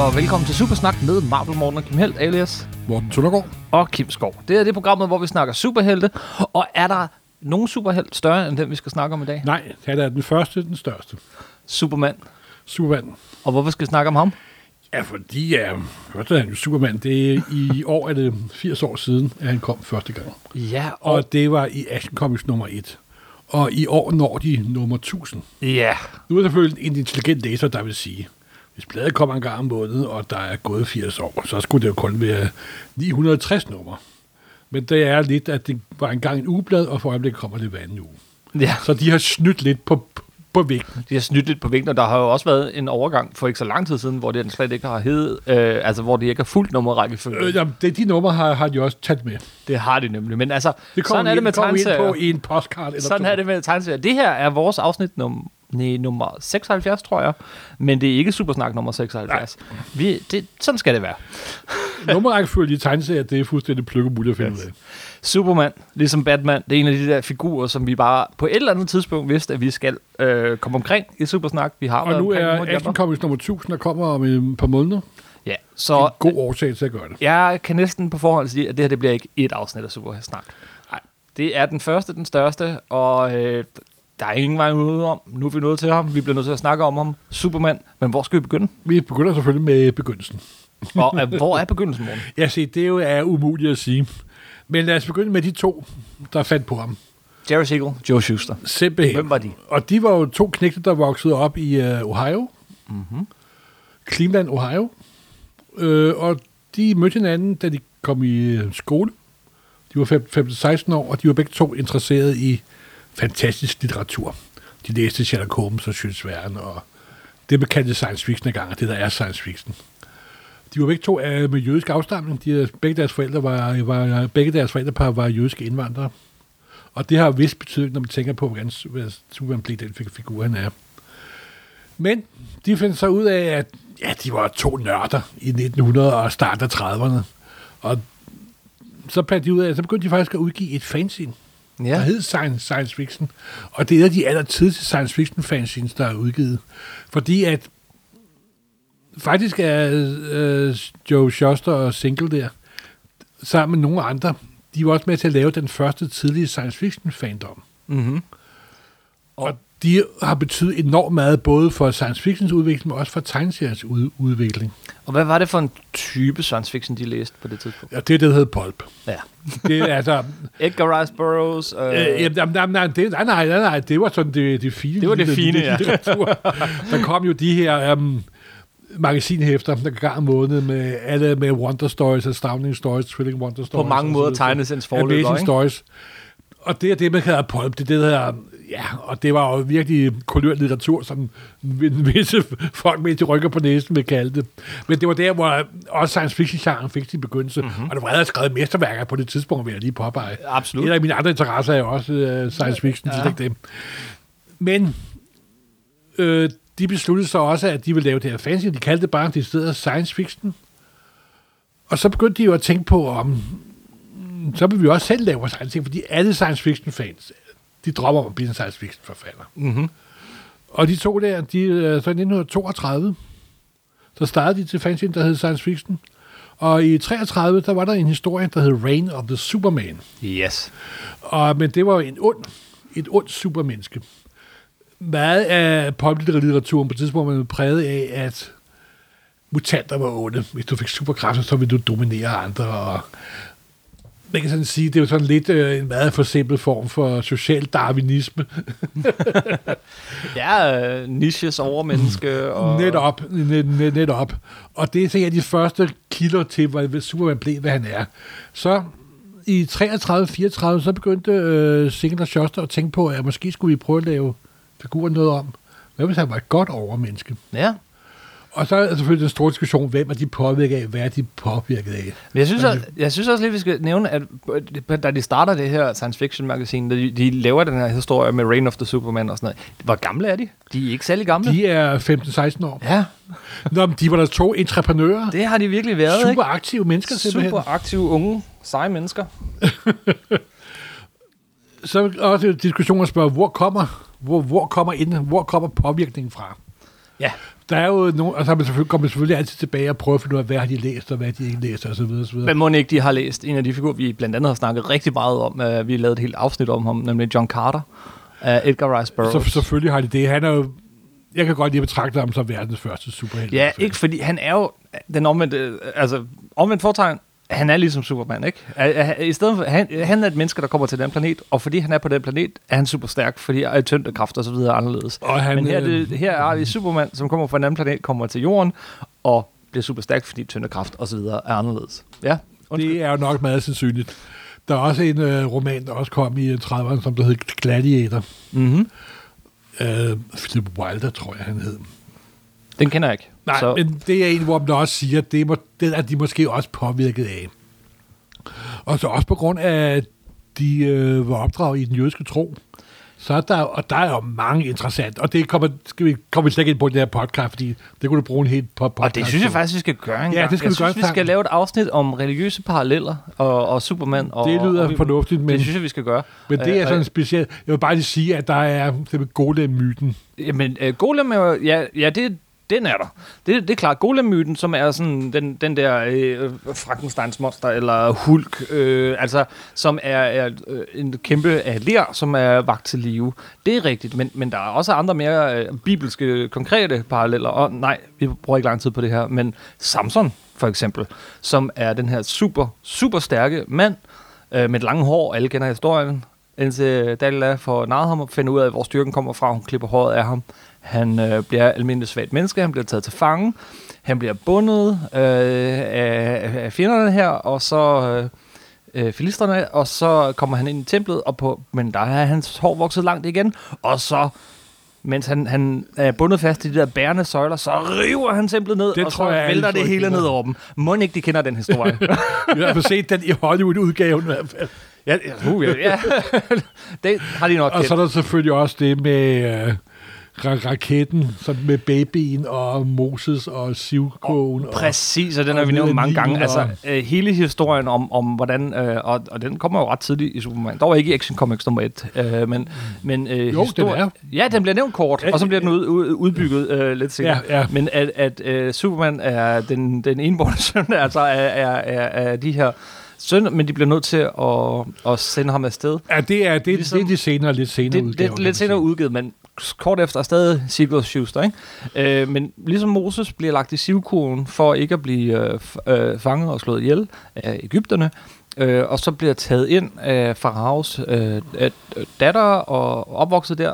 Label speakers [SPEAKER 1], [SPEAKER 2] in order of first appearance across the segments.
[SPEAKER 1] og velkommen til Supersnak med Marvel Morten og Kim Helt, alias
[SPEAKER 2] Morten Tullergaard.
[SPEAKER 1] og Kim Skov. Det er det programmet, hvor vi snakker superhelte, og er der nogen superhelt større end den, vi skal snakke om i dag?
[SPEAKER 2] Nej, han er den første, den største.
[SPEAKER 1] Superman.
[SPEAKER 2] Superman.
[SPEAKER 1] Og hvorfor skal vi snakke om ham?
[SPEAKER 2] Ja, fordi ja, først er han jo Superman. Det er, I år er det 80 år siden, at han kom første gang.
[SPEAKER 1] Ja, og...
[SPEAKER 2] Og det var i Action Comics nummer 1. Og i år når de nummer 1000.
[SPEAKER 1] Ja.
[SPEAKER 2] Nu er der selvfølgelig en intelligent læser, der vil sige, hvis bladet kommer en gang om måneden, og der er gået 80 år, så skulle det jo kun være 960 numre. Men det er lidt, at det var engang en ugeblad, og for øjeblikket kommer det hver anden uge.
[SPEAKER 1] ja.
[SPEAKER 2] Så de har snydt lidt på, på vægten.
[SPEAKER 1] De har snydt lidt på vinklen, og der har jo også været en overgang for ikke så lang tid siden, hvor det den slet ikke har hed, øh, altså hvor det ikke er fuldt nummerrækkefølge.
[SPEAKER 2] Øh, jamen, det, de numre har, har de også taget med.
[SPEAKER 1] Det har de nemlig, men altså,
[SPEAKER 2] Det kommer
[SPEAKER 1] sådan er
[SPEAKER 2] vi,
[SPEAKER 1] det med
[SPEAKER 2] det kommer vi ind på
[SPEAKER 1] tegneserier.
[SPEAKER 2] i en postcard. Eller
[SPEAKER 1] Sådan
[SPEAKER 2] to.
[SPEAKER 1] er det med tegneserier. Det her er vores afsnit nummer, nej, nummer 76, tror jeg. Men det er ikke Supersnak nummer 76. Vi, det, sådan skal det være.
[SPEAKER 2] Nummerrækkefølge i tegneserier, det er fuldstændig plukkemuligt at finde ud af.
[SPEAKER 1] Superman, ligesom Batman, det er en af de der figurer, som vi bare på et eller andet tidspunkt vidste, at vi skal øh, komme omkring i Supersnak. Vi har været
[SPEAKER 2] Og nu
[SPEAKER 1] omkring nogle af de andre.
[SPEAKER 2] er Action Comics nummer 1000, der kommer om et par måneder.
[SPEAKER 1] Ja,
[SPEAKER 2] Og
[SPEAKER 1] så
[SPEAKER 2] en god årsag til at gøre det.
[SPEAKER 1] jeg kan næsten på forhånd sige, at det her det bliver ikke et afsnit af Supersnak. Nej. Det er den første, den største, og øh, der er ingen vej udenom. Nu er vi nået til ham. Vi bliver nødt til at snakke om ham. Superman. Men hvor skal vi begynde?
[SPEAKER 2] Vi begynder selvfølgelig med begyndelsen.
[SPEAKER 1] Og øh, hvor er begyndelsen, Morten?
[SPEAKER 2] Jeg se, det er jo er umuligt at sige. Men lad os begynde med de to, der fandt på ham.
[SPEAKER 1] Jerry Siegel, Joe Schuster.
[SPEAKER 2] Simpelthen.
[SPEAKER 1] Hvem var de?
[SPEAKER 2] Og de var jo to knægte, der voksede op i øh, Ohio. Mm-hmm. Cleveland, Ohio. Øh, og de mødte hinanden, da de kom i øh, skole. De var 15-16 år, og de var begge to interesserede i fantastisk litteratur. De læste Sherlock Holmes og Jules Verne, og det man kaldte science fiction engang, og det der er science fiction. De var begge to af med jødisk afstamning. De, øh, begge deres forældre var, var, begge deres forældrepar var jødiske indvandrere. Og det har vist betydning, når man tænker på, hvordan Superman blev den fig- figur, han er. Men de fandt så ud af, at ja, de var to nørder i 1900 og starten af 30'erne. Og så fandt de ud af, at så begyndte de faktisk at udgive et fanzine, ja. der hed science, science Fiction. Og det er et af de allertidligste science fiction fanzines, der er udgivet. Fordi at faktisk er øh, Joe Shuster og Single der, sammen med nogle andre, de var også med til at lave den første tidlige science fiction fandom.
[SPEAKER 1] Mm-hmm.
[SPEAKER 2] Og de har betydet enormt meget, både for science fictions udvikling, men også for tegneseriens ud- udvikling.
[SPEAKER 1] Og hvad var det for en type science fiction, de læste på det tidspunkt?
[SPEAKER 2] Og det er det, der hedder pulp.
[SPEAKER 1] Ja.
[SPEAKER 2] Det er altså...
[SPEAKER 1] Edgar Rice Burroughs. Øh,
[SPEAKER 2] Øh, jamen, jamen, jamen, nej, det, nej, nej, nej, nej, det var sådan det, det fine.
[SPEAKER 1] Det var det
[SPEAKER 2] lille-
[SPEAKER 1] fine,
[SPEAKER 2] lille
[SPEAKER 1] ja.
[SPEAKER 2] litteratur. Der kom jo de her øhm, magasinhæfter, der gang om måneden med alle med Wonder Stories, Astounding Stories, Thrilling Wonder Stories.
[SPEAKER 1] mange
[SPEAKER 2] og så
[SPEAKER 1] måder
[SPEAKER 2] videre.
[SPEAKER 1] tegneseriens forløber,
[SPEAKER 2] Amazing
[SPEAKER 1] ikke?
[SPEAKER 2] Stories. Og det er det, man kalder pulp. Det er det, der hedder- Ja, og det var jo virkelig kulørlitteratur, som visse folk med de rykker på næsen vil kalde det. Men det var der, hvor også science fiction-genren fik sin begyndelse.
[SPEAKER 1] Mhm.
[SPEAKER 2] Mm-hmm. Og der var allerede skrevet mesterværker på det tidspunkt, vil jeg lige påpege.
[SPEAKER 1] Absolut.
[SPEAKER 2] Et af mine andre interesser er jo også øh, science fiction, ja. det. Men øh, de besluttede så også, at de ville lave det her fancy. De kaldte det bare, de steder science fiction. Og så begyndte de jo at tænke på, om mm, så vil vi også selv lave vores egen ting, fordi alle science fiction fans, de drømmer om at blive en science fiction forfatter.
[SPEAKER 1] mm-hmm.
[SPEAKER 2] Og de to der, de, øh, så i 1932, så startede de til fanzine, der hed science fiction. Og i 33, der var der en historie, der hed Reign of the Superman.
[SPEAKER 1] Yes.
[SPEAKER 2] Og, men det var jo en ond, et ondt supermenneske. Meget af poplitteraturen på et tidspunkt var man præget af, at mutanter var onde. Hvis du fik superkræfter, så ville du dominere andre. Og man kan sådan sige, det er jo sådan lidt øh, en meget forsimpel form for social darwinisme.
[SPEAKER 1] Ja, øh, niches overmenneske. Og...
[SPEAKER 2] Netop, net, net, netop. Og det er sikkert de første kilder til, hvad Superman blev, hvad han er. Så i 33-34, så begyndte øh, Singer og Schuster at tænke på, at måske skulle vi prøve at lave figuren noget om. Hvad hvis han var et godt overmenneske?
[SPEAKER 1] Ja.
[SPEAKER 2] Og så er der selvfølgelig den store diskussion, hvem er de påvirket af, hvad er de påvirket af?
[SPEAKER 1] Men jeg synes, også, jeg synes også lige, vi skal nævne, at øh, da de starter det her science fiction magasin, da de, de laver den her historie med Reign of the Superman og sådan noget. Hvor gamle er de? De er ikke særlig gamle.
[SPEAKER 2] De er 15-16 år.
[SPEAKER 1] Ja,
[SPEAKER 2] Nå, men de var der to entreprenører.
[SPEAKER 1] det har de virkelig været,
[SPEAKER 2] Super
[SPEAKER 1] ikke?
[SPEAKER 2] aktive mennesker simpelthen.
[SPEAKER 1] Super aktive unge, seje mennesker.
[SPEAKER 2] så er også diskussionen at spørge, hvor kommer, hvor, hvor kommer, ind, hvor kommer påvirkningen fra?
[SPEAKER 1] Ja.
[SPEAKER 2] Der er jo nogle, og så har man selvfølgelig, kommer man selvfølgelig altid tilbage og prøver at finde ud af, hvad har de læst, og hvad har de ikke læst, og så videre, og så videre.
[SPEAKER 1] Men må ikke, de har læst en af de figurer, vi blandt andet har snakket rigtig meget om. Uh, vi lavede et helt afsnit om ham, nemlig John Carter af Edgar Rice Burroughs.
[SPEAKER 2] så, selvfølgelig har de det. Han er jo, jeg kan godt lide at betragte ham som verdens første superhelt.
[SPEAKER 1] Ja,
[SPEAKER 2] Altså.
[SPEAKER 1] ikke fordi han er jo den omvendte, øh, altså omvendt fortegn, han er ligesom Superman, ikke? Al- al- I stedet for, han, han er et menneske, der kommer til den planet, og fordi han er på den planet, er han super stærk, fordi er tyngdekraft og så videre er anderledes.
[SPEAKER 2] Og han,
[SPEAKER 1] Men her, er
[SPEAKER 2] øh,
[SPEAKER 1] det, her er det Superman, som kommer fra en anden planet, kommer til jorden, og bliver super stærk, fordi tyngdekraft og så videre er anderledes. Ja, undskyld.
[SPEAKER 2] Det er jo nok meget sandsynligt. Der er også en øh, roman, der også kom i øh, 30'erne, som der hed Gladiator.
[SPEAKER 1] Mm-hmm.
[SPEAKER 2] Øh, Philip Wilder, tror jeg, han hed.
[SPEAKER 1] Den kender jeg ikke.
[SPEAKER 2] Nej,
[SPEAKER 1] så,
[SPEAKER 2] så... men det er en, hvor man også siger, at det, må, det er de måske også påvirket af. Og så også på grund af, at de øh, var opdraget i den jødiske tro. Så er der, og der er jo mange interessant, og det kommer, skal vi, kommer vi slet ikke ind på i den her podcast, fordi det kunne du bruge en helt po- podcast.
[SPEAKER 1] og det synes jeg
[SPEAKER 2] på.
[SPEAKER 1] faktisk, vi skal gøre en
[SPEAKER 2] Ja,
[SPEAKER 1] gang.
[SPEAKER 2] det skal
[SPEAKER 1] jeg
[SPEAKER 2] vi gøre
[SPEAKER 1] synes, vi skal
[SPEAKER 2] sammen.
[SPEAKER 1] lave et afsnit om religiøse paralleller og, og Superman. Og,
[SPEAKER 2] Det lyder
[SPEAKER 1] og, og,
[SPEAKER 2] fornuftigt, men-
[SPEAKER 1] Det synes jeg, vi skal gøre.
[SPEAKER 2] Men det
[SPEAKER 1] Øh,
[SPEAKER 2] er
[SPEAKER 1] og-
[SPEAKER 2] sådan specielt. Jeg vil bare lige sige, at der er det golem-myten.
[SPEAKER 1] Jamen, øh, Golem er jo- ja, ja det, den er der. Det, det er klart, Golem-myten, som er sådan den, den der øh, Frankensteins monster, eller Hulk, øh, altså, som er, er øh, en kæmpe af ler, som er vagt til live. Det er rigtigt, men, men der er også andre mere øh, bibelske, konkrete paralleller, og nej, vi bruger ikke lang tid på det her, men Samson, for eksempel, som er den her super, super stærke mand, øh, med lange hår, alle kender historien, indtil Dalila får narret ham og finder ud af, hvor styrken kommer fra. Hun klipper håret af ham. Han øh, bliver almindeligt svagt menneske, han bliver taget til fange, han bliver bundet øh, af, af fjenderne her, og så øh, øh, filisterne, og så kommer han ind i templet, og på, men der er hans hår vokset langt igen, og så mens han, han er bundet fast i de der bærende søjler, så river han templet ned,
[SPEAKER 2] Det
[SPEAKER 1] og
[SPEAKER 2] tror
[SPEAKER 1] så
[SPEAKER 2] jeg, alle
[SPEAKER 1] vælter det
[SPEAKER 2] folk
[SPEAKER 1] hele
[SPEAKER 2] kender.
[SPEAKER 1] ned over dem. Må ikke, de kender den historie?
[SPEAKER 2] Vi har set den i Hollywood-udgaven i hvert fald.
[SPEAKER 1] ja, ja, uh, ja, ja. det har de nok
[SPEAKER 2] Og
[SPEAKER 1] kendt.
[SPEAKER 2] så er der selvfølgelig også det med øh, ra- raketten, så med babyen og Moses og Sivkogen.
[SPEAKER 1] Præcis, og den har
[SPEAKER 2] og
[SPEAKER 1] vi nævnt
[SPEAKER 2] ned
[SPEAKER 1] mange
[SPEAKER 2] i
[SPEAKER 1] gange.
[SPEAKER 2] Nilen,
[SPEAKER 1] Altså,
[SPEAKER 2] og-
[SPEAKER 1] øh, hele historien om, om hvordan, øh, og, og den kommer jo ret tidligt i Superman. Dog ikke i Action Comics nummer 1, øh, men... men øh,
[SPEAKER 2] Mm. Jo, den er.
[SPEAKER 1] Ja, den bliver nævnt kort,
[SPEAKER 2] Ja,
[SPEAKER 1] og så bliver den ud, ud, udbygget øh, lidt senere.
[SPEAKER 2] Ja, ja.
[SPEAKER 1] Men at, at øh, Superman er den, den enborne søn, altså er, er, er, er de her søn, men de bliver nødt til at, at sende ham afsted.
[SPEAKER 2] Ja, det er, det,
[SPEAKER 1] Ligesom-
[SPEAKER 2] ligesom, det er de senere, lidt senere
[SPEAKER 1] Det,
[SPEAKER 2] udgaver.
[SPEAKER 1] det, lidt senere udgivet, men kort efter er stadig Sigurd Schuster, ikke? Øh, men ligesom Moses bliver lagt i sivkurven for ikke at blive øh, f- øh, fanget og slået ihjel af Ægypterne, øh, og så bliver taget ind af faraos øh, øh, datter og opvokset der.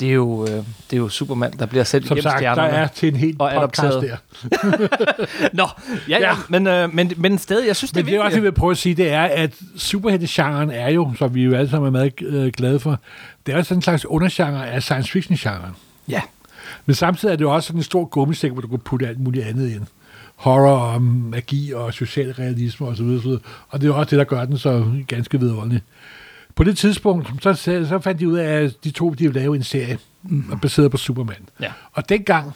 [SPEAKER 1] Det er jo, øh, det er jo Superman, der bliver sendt
[SPEAKER 2] Som
[SPEAKER 1] igennem
[SPEAKER 2] sagt, der
[SPEAKER 1] stjernerne.
[SPEAKER 2] er til en hel
[SPEAKER 1] Og
[SPEAKER 2] podcast
[SPEAKER 1] adopteret.
[SPEAKER 2] der.
[SPEAKER 1] Nå, ja, ja.
[SPEAKER 2] Ja.
[SPEAKER 1] Men, øh, men, men stadig, jeg synes, det
[SPEAKER 2] Men
[SPEAKER 1] er
[SPEAKER 2] det, er også, jeg vil prøve at sige, det er, at superheltegenren er jo, som vi jo alle sammen er meget øh, glade for, det er også sådan en slags undergenre af science fiction-genren.
[SPEAKER 1] Ja,
[SPEAKER 2] Men samtidig er det jo også sådan en stor gummisæk, hvor du kan putte alt muligt andet ind. Horror og magi og social realisme osv. Og, så videre, så videre. og det er jo også det, der gør den så ganske vidunderlig. På det tidspunkt, så, så så fandt de ud af, at de to de ville lave en serie mm. baseret på Superman.
[SPEAKER 1] Ja.
[SPEAKER 2] Og dengang,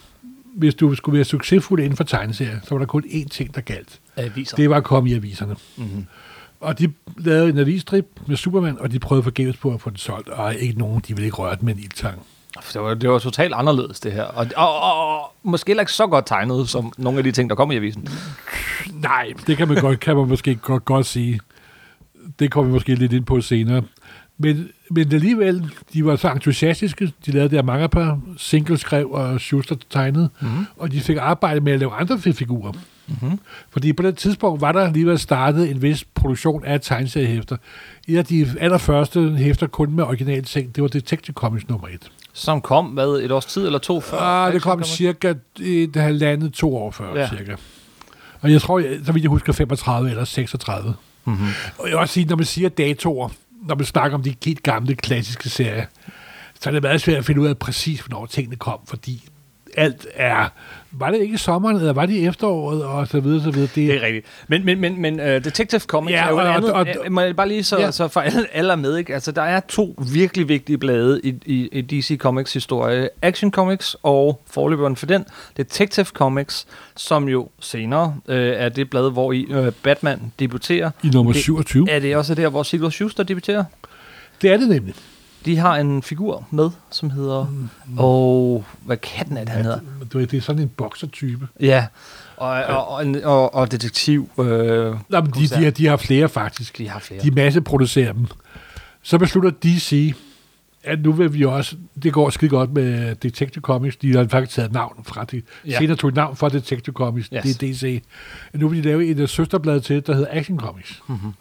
[SPEAKER 2] hvis du skulle være succesfuld inden for tegneserier, så var der kun én ting, der galt.
[SPEAKER 1] øh, viser.
[SPEAKER 2] Det var at komme i aviserne. Mm-hmm. Og de lavede en avisstrip med Superman, og de prøvede forgæves på at få den solgt, og ikke nogen, de ville ikke røre den med en ildtang.
[SPEAKER 1] Det var, det var totalt anderledes, det her. Og, og, og, og måske heller ikke så godt tegnet, som nogle af de ting, der kom i avisen.
[SPEAKER 2] Nej, det kan man, godt, kan man måske godt, godt sige. Det kommer vi måske lidt ind på senere. Men, men alligevel, de var så entusiastiske. De lavede der mange par. Single skrev og Schuster tegnede. Mm-hmm. Og de fik arbejde med at lave andre fi- figurer. Mm-hmm. Fordi på det tidspunkt var der alligevel startet en vis produktion af tegneseriehæfter. Et af de allerførste hæfter kun med originale ting, det var Detective Comics nummer 1.
[SPEAKER 1] Som kom, hvad, et års tid eller to før?
[SPEAKER 2] Ah, det
[SPEAKER 1] Action
[SPEAKER 2] kom
[SPEAKER 1] Comics?
[SPEAKER 2] cirka et halvandet, to år før,
[SPEAKER 1] Ja.
[SPEAKER 2] ja. cirka. Og jeg tror, jeg, så vidt jeg husker, 35 eller 36.
[SPEAKER 1] Mhm.
[SPEAKER 2] Og jeg vil også sige, når man siger datoer, når man snakker om de helt gamle, klassiske serier, så er det meget svært at finde ud af præcis, hvornår tingene kom, fordi alt er... Var det ikke i sommeren, eller var det i efteråret, og så videre, så videre. Det,
[SPEAKER 1] Det er rigtigt. Men, men, men, men uh, Detective Comics ja, er jo og, andet. Og, og, må jeg bare lige så, ja.
[SPEAKER 2] Ja.
[SPEAKER 1] så for alle, alle er med, ikke? Altså, der er to virkelig vigtige blade i, i, i DC Comics historie. Action Comics og forløberen for den. Detective Comics, som jo senere øh, er det blad, hvor i øh, Batman debuterer.
[SPEAKER 2] I nummer
[SPEAKER 1] Det-
[SPEAKER 2] 27.
[SPEAKER 1] Er det også der, hvor Silver Schuster debuterer?
[SPEAKER 2] Det er det nemlig.
[SPEAKER 1] De har en figur med, som hedder... Mm. Og hvad katten er det, han hedder?
[SPEAKER 2] Men Du ved, det er sådan en boksertype.
[SPEAKER 1] Ja, og, og, og, en- og, og detektiv. Øh,
[SPEAKER 2] Øh. Nå, men de, de, har, de har flere faktisk.
[SPEAKER 1] de har flere.
[SPEAKER 2] De masseproducerer dem. Så beslutter DC, at nu vil vi også, det går skide godt med Detective Comics, de har faktisk taget navn fra det.
[SPEAKER 1] Ja.
[SPEAKER 2] Ja. Senere tog de navn fra Detective Comics, yes.
[SPEAKER 1] Yes.
[SPEAKER 2] det er DC. At nu vil de lave et øh, søsterblad til, der hedder Action Comics. Mm-hmm.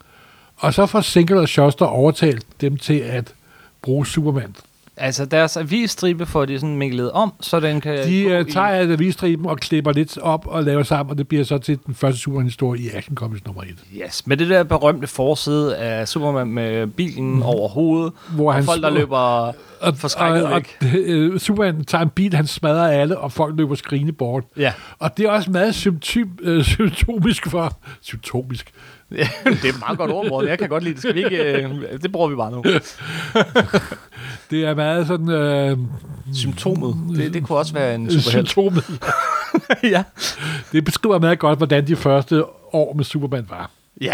[SPEAKER 2] Og så får Singer og Shuster overtalt dem til at bruge Superman.
[SPEAKER 1] Altså deres avisstribe får de sådan minglet om, så den kan...
[SPEAKER 2] De
[SPEAKER 1] gå
[SPEAKER 2] øh,
[SPEAKER 1] i-
[SPEAKER 2] tager af avisstriben og klipper lidt op og laver sammen, og det bliver så til den første Superman-historie i Action Comics nummer 1.
[SPEAKER 1] Yes, med det der berømte forside af Superman med bilen mm. over hovedet,
[SPEAKER 2] Mhm. Hvor
[SPEAKER 1] og
[SPEAKER 2] han
[SPEAKER 1] folk, der
[SPEAKER 2] slår-
[SPEAKER 1] løber
[SPEAKER 2] Og,
[SPEAKER 1] forskrækket
[SPEAKER 2] og,
[SPEAKER 1] væk.
[SPEAKER 2] og øh, Superman tager en bil, han smadrer alle, og folk løber skrigende bort.
[SPEAKER 1] Ja,
[SPEAKER 2] Og det er også meget symptom, øh, symptomisk for... Symptomisk.
[SPEAKER 1] Ja, det er et meget godt ord, Morten. Jeg kan godt lide det. Skal vi ikke, øh, det bruger vi bare nu.
[SPEAKER 2] Det er meget sådan... Øh,
[SPEAKER 1] Symptomet. Det, det kunne også være en superhelt.
[SPEAKER 2] symptomet.
[SPEAKER 1] ja.
[SPEAKER 2] Det beskriver meget godt, hvordan de første år med Superman var.
[SPEAKER 1] ja.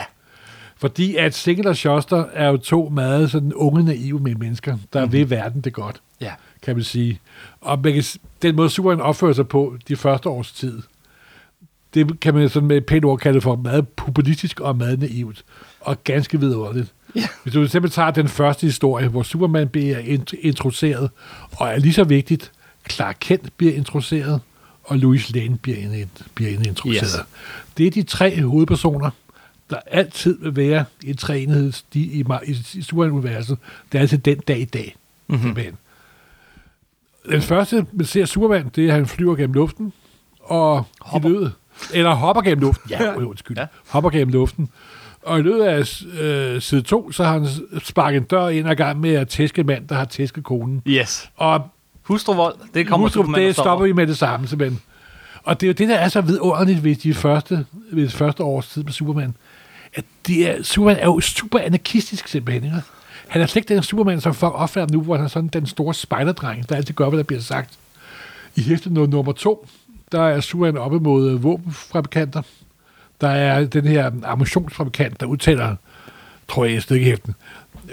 [SPEAKER 2] Fordi at Siegel og Schuster er jo to meget sådan unge, naive med mennesker, der
[SPEAKER 1] Mhm.
[SPEAKER 2] mm-hmm. ved verden det godt,
[SPEAKER 1] Ja.
[SPEAKER 2] kan man sige. Og man kan, s- den måde, Superman opfører sig på de første års tid, det kan man sådan med et pænt ord kalde for meget populistisk og meget naivt. Og ganske vidunderligt.
[SPEAKER 1] Ja.
[SPEAKER 2] Hvis du simpelthen tager den første historie, hvor Superman bliver int- introduceret, og er lige så vigtigt, Clark Kent bliver introduceret, og Louis Lane bliver, ind, bliver ind introduceret.
[SPEAKER 1] Yes.
[SPEAKER 2] Det er de tre hovedpersoner, der altid vil være en træenhed i, i, ma- i, i Superman-universet. Det er altid den dag i dag. Mm-hmm. Den første, man ser Superman, det er, at han flyver gennem luften, og hopper. i løbet, eller hopper gennem luften, ja, øh, undskyld,
[SPEAKER 1] Ja.
[SPEAKER 2] ja. hopper gennem luften, og i løbet af øh, side 2, så har han s- sparket en dør ind og i gang med at tæske en mand, der har tæsket konen.
[SPEAKER 1] Yes.
[SPEAKER 2] Og
[SPEAKER 1] Hustruvold, det kommer
[SPEAKER 2] Hustrup,
[SPEAKER 1] Superman og
[SPEAKER 2] det stopper vi med det samme, simpelthen. Og det er jo det, der er så vidunderligt ved de første, ved det første års tid med Superman, at det er, Superman er jo super anarkistisk simpelthen. Ikke? Han er slet ikke den Superman, som folk opfatter ham nu, hvor han er sådan den store spejderdreng, der altid gør, hvad der bliver sagt. I hæftet nu- nummer to, der er Superman oppe mod øh, våbenfabrikanter. Der er den her ammunitionsfabrikant, der udtaler, tror jeg, jeg ikke hæften,